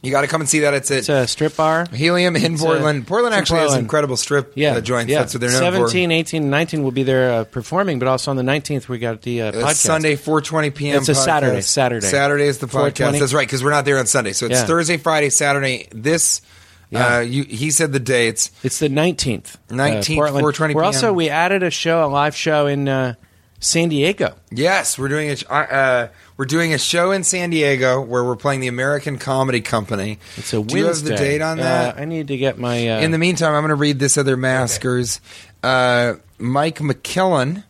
Speaker 4: You got to come and see that. It's at
Speaker 2: It's a strip bar.
Speaker 4: Helium in
Speaker 2: It's, uh,
Speaker 4: Portland. Portland
Speaker 2: it's in
Speaker 4: actually has
Speaker 2: Portland.
Speaker 4: incredible strip
Speaker 2: Yeah,
Speaker 4: uh, joints.
Speaker 2: Yeah.
Speaker 4: That's what they're known
Speaker 2: 17, 18, 19 will be there uh, performing, but also on the 19th we got the uh,
Speaker 4: for.
Speaker 2: podcast.
Speaker 4: It's Sunday, 4:20 p.m.
Speaker 2: It's a
Speaker 4: podcast.
Speaker 2: Saturday, Saturday.
Speaker 4: Saturday is the
Speaker 2: 4:20.
Speaker 4: podcast. That's right, because we're not there on Sunday. So it's
Speaker 2: Yeah.
Speaker 4: Thursday, Friday, Saturday. This,
Speaker 2: Yeah.
Speaker 4: uh, you, he said the dates.
Speaker 2: It's the 19th.
Speaker 4: 19th,
Speaker 2: Portland.
Speaker 4: 4:20
Speaker 2: We're also,
Speaker 4: p.m..
Speaker 2: we added a show, a live show in uh, San Diego.
Speaker 4: Yes, we're doing a sh- uh, uh, we're doing a show in San Diego where we're playing the American Comedy Company.
Speaker 2: It's a
Speaker 4: Do
Speaker 2: Wednesday.
Speaker 4: you have the date on
Speaker 2: Uh,
Speaker 4: that?
Speaker 2: I need to get my. Uh,
Speaker 4: In the meantime, I'm going to read this other maskers. Uh, Mike McKillen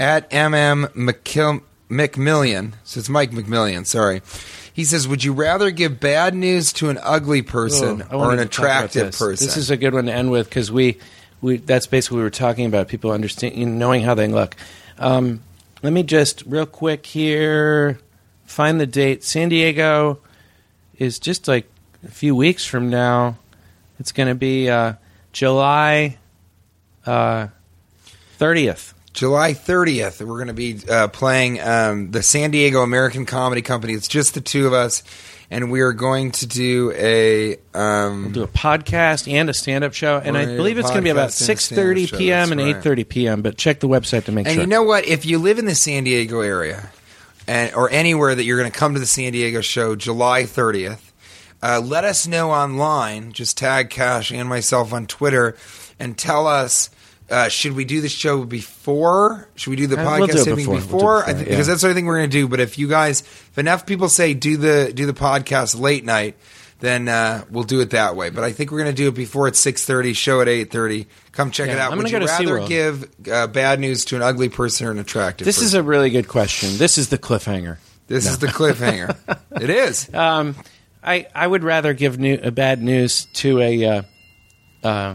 Speaker 4: at MM McKill- McMillian. So it's Mike McMillian, sorry. He says, Would you rather give bad news to an ugly person
Speaker 2: Oh, I
Speaker 4: or
Speaker 2: wanted
Speaker 4: an
Speaker 2: to talk about
Speaker 4: attractive
Speaker 2: this.
Speaker 4: person?
Speaker 2: This is a good one to end with because we, we that's basically what we were talking about people understanding knowing how they look. Um, let me just real quick here find the date. San Diego is just like a few weeks from now. It's going to be uh, July uh, thirtieth.
Speaker 4: July 30th, we're going to be uh, playing um, the San Diego American Comedy Company. It's just the two of us, and we are going to do a. Um,
Speaker 2: do a podcast and a stand-up show, and
Speaker 4: We're
Speaker 2: I
Speaker 4: gonna
Speaker 2: believe
Speaker 4: do a
Speaker 2: it's going to be about
Speaker 4: podcast and a
Speaker 2: six
Speaker 4: stand-up
Speaker 2: thirty
Speaker 4: show,
Speaker 2: p.m. and
Speaker 4: that's
Speaker 2: eight
Speaker 4: right.
Speaker 2: thirty p.m. But check the website to make
Speaker 4: And
Speaker 2: sure.
Speaker 4: you know what? If you live in the San Diego area, and or anywhere that you're going to come to the San Diego show, July 30th, uh, let us know online. Just tag Cash and myself on Twitter, and tell us. Uh, should we do the show before? Should we do the
Speaker 2: Uh, we'll do
Speaker 4: podcast
Speaker 2: it
Speaker 4: taping
Speaker 2: before.
Speaker 4: before?
Speaker 2: We'll do it
Speaker 4: I think,
Speaker 2: before,
Speaker 4: Because
Speaker 2: yeah.
Speaker 4: that's what I think we're going to do. But if you guys, if enough people say do the do the podcast late night, then uh, we'll do it that way. But I think we're going to do it before it's six thirty. Show at eight thirty. Come check
Speaker 2: Yeah,
Speaker 4: it out.
Speaker 2: I'm
Speaker 4: Would you
Speaker 2: gonna go to
Speaker 4: rather
Speaker 2: SeaWorld.
Speaker 4: give? give uh, bad news to an ugly person or an attractive
Speaker 2: This is
Speaker 4: person.
Speaker 2: a really good question. This is the cliffhanger.
Speaker 4: this
Speaker 2: [LAUGHS]
Speaker 4: is the cliffhanger it is
Speaker 2: Um, I I would rather give new, uh, bad news to a uh, uh,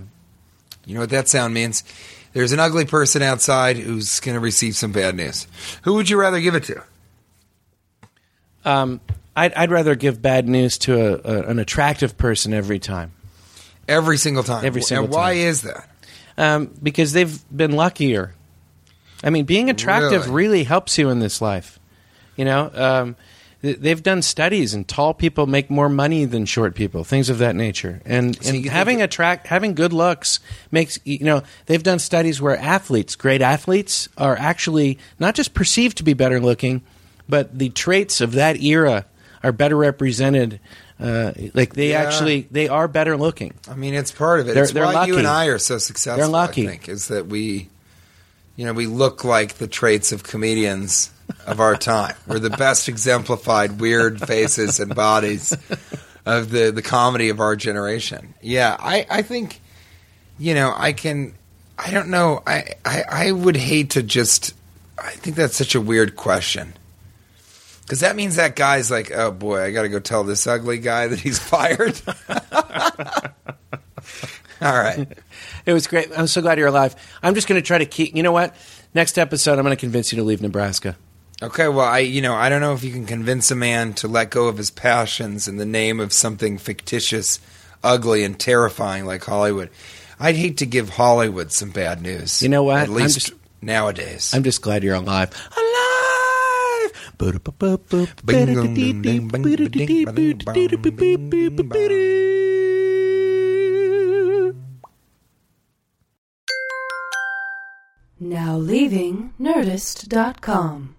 Speaker 4: you know what that sound means there's an ugly person outside who's going to receive some bad news who would you rather give it to
Speaker 2: um. I'd, I'd rather give bad news to a, a, an attractive person every time.
Speaker 4: every single time
Speaker 2: Every single
Speaker 4: and why
Speaker 2: time.
Speaker 4: is that
Speaker 2: um, because they've been luckier. I mean, being attractive
Speaker 4: Really?
Speaker 2: really, helps you in this life. You know, um, th- they've done studies, and tall people make more money than short people, things of that nature. And,
Speaker 4: you
Speaker 2: and
Speaker 4: think
Speaker 2: having
Speaker 4: it-
Speaker 2: attract having good looks makes you know they've done studies where athletes, great athletes, are actually not just perceived to be better looking, but the traits of that era are better represented. Uh, like they
Speaker 4: Yeah.
Speaker 2: actually they are better looking.
Speaker 4: I mean, it's part of it.
Speaker 2: They're-
Speaker 4: it's
Speaker 2: they're
Speaker 4: why you
Speaker 2: lucky.
Speaker 4: and I are so successful.
Speaker 2: They're lucky.
Speaker 4: I think is that we, you know, we look like the traits of comedians of our time. [LAUGHS] We're the best exemplified weird faces and bodies of the the comedy of our generation. Yeah, I I think, you know, I can. I don't know. I I, I would hate to just. I think that's such a weird question. Because that means that guy's like, oh boy, I got to go tell this ugly guy that he's [LAUGHS] fired. All right.
Speaker 2: It was great. I'm so glad you're alive. I'm just going to try to keep. You know what? Next episode, I'm going to convince you to leave Nebraska.
Speaker 4: Okay, well, I you know I don't know if you can convince a man to let go of his passions in the name of something fictitious, ugly, and terrifying like Hollywood. I'd hate to give Hollywood some bad news.
Speaker 2: You know what?
Speaker 4: At
Speaker 2: I'm
Speaker 4: least
Speaker 2: just-
Speaker 4: nowadays.
Speaker 2: I'm just glad you're alive. Alive.
Speaker 7: Now leaving Nerdist.com.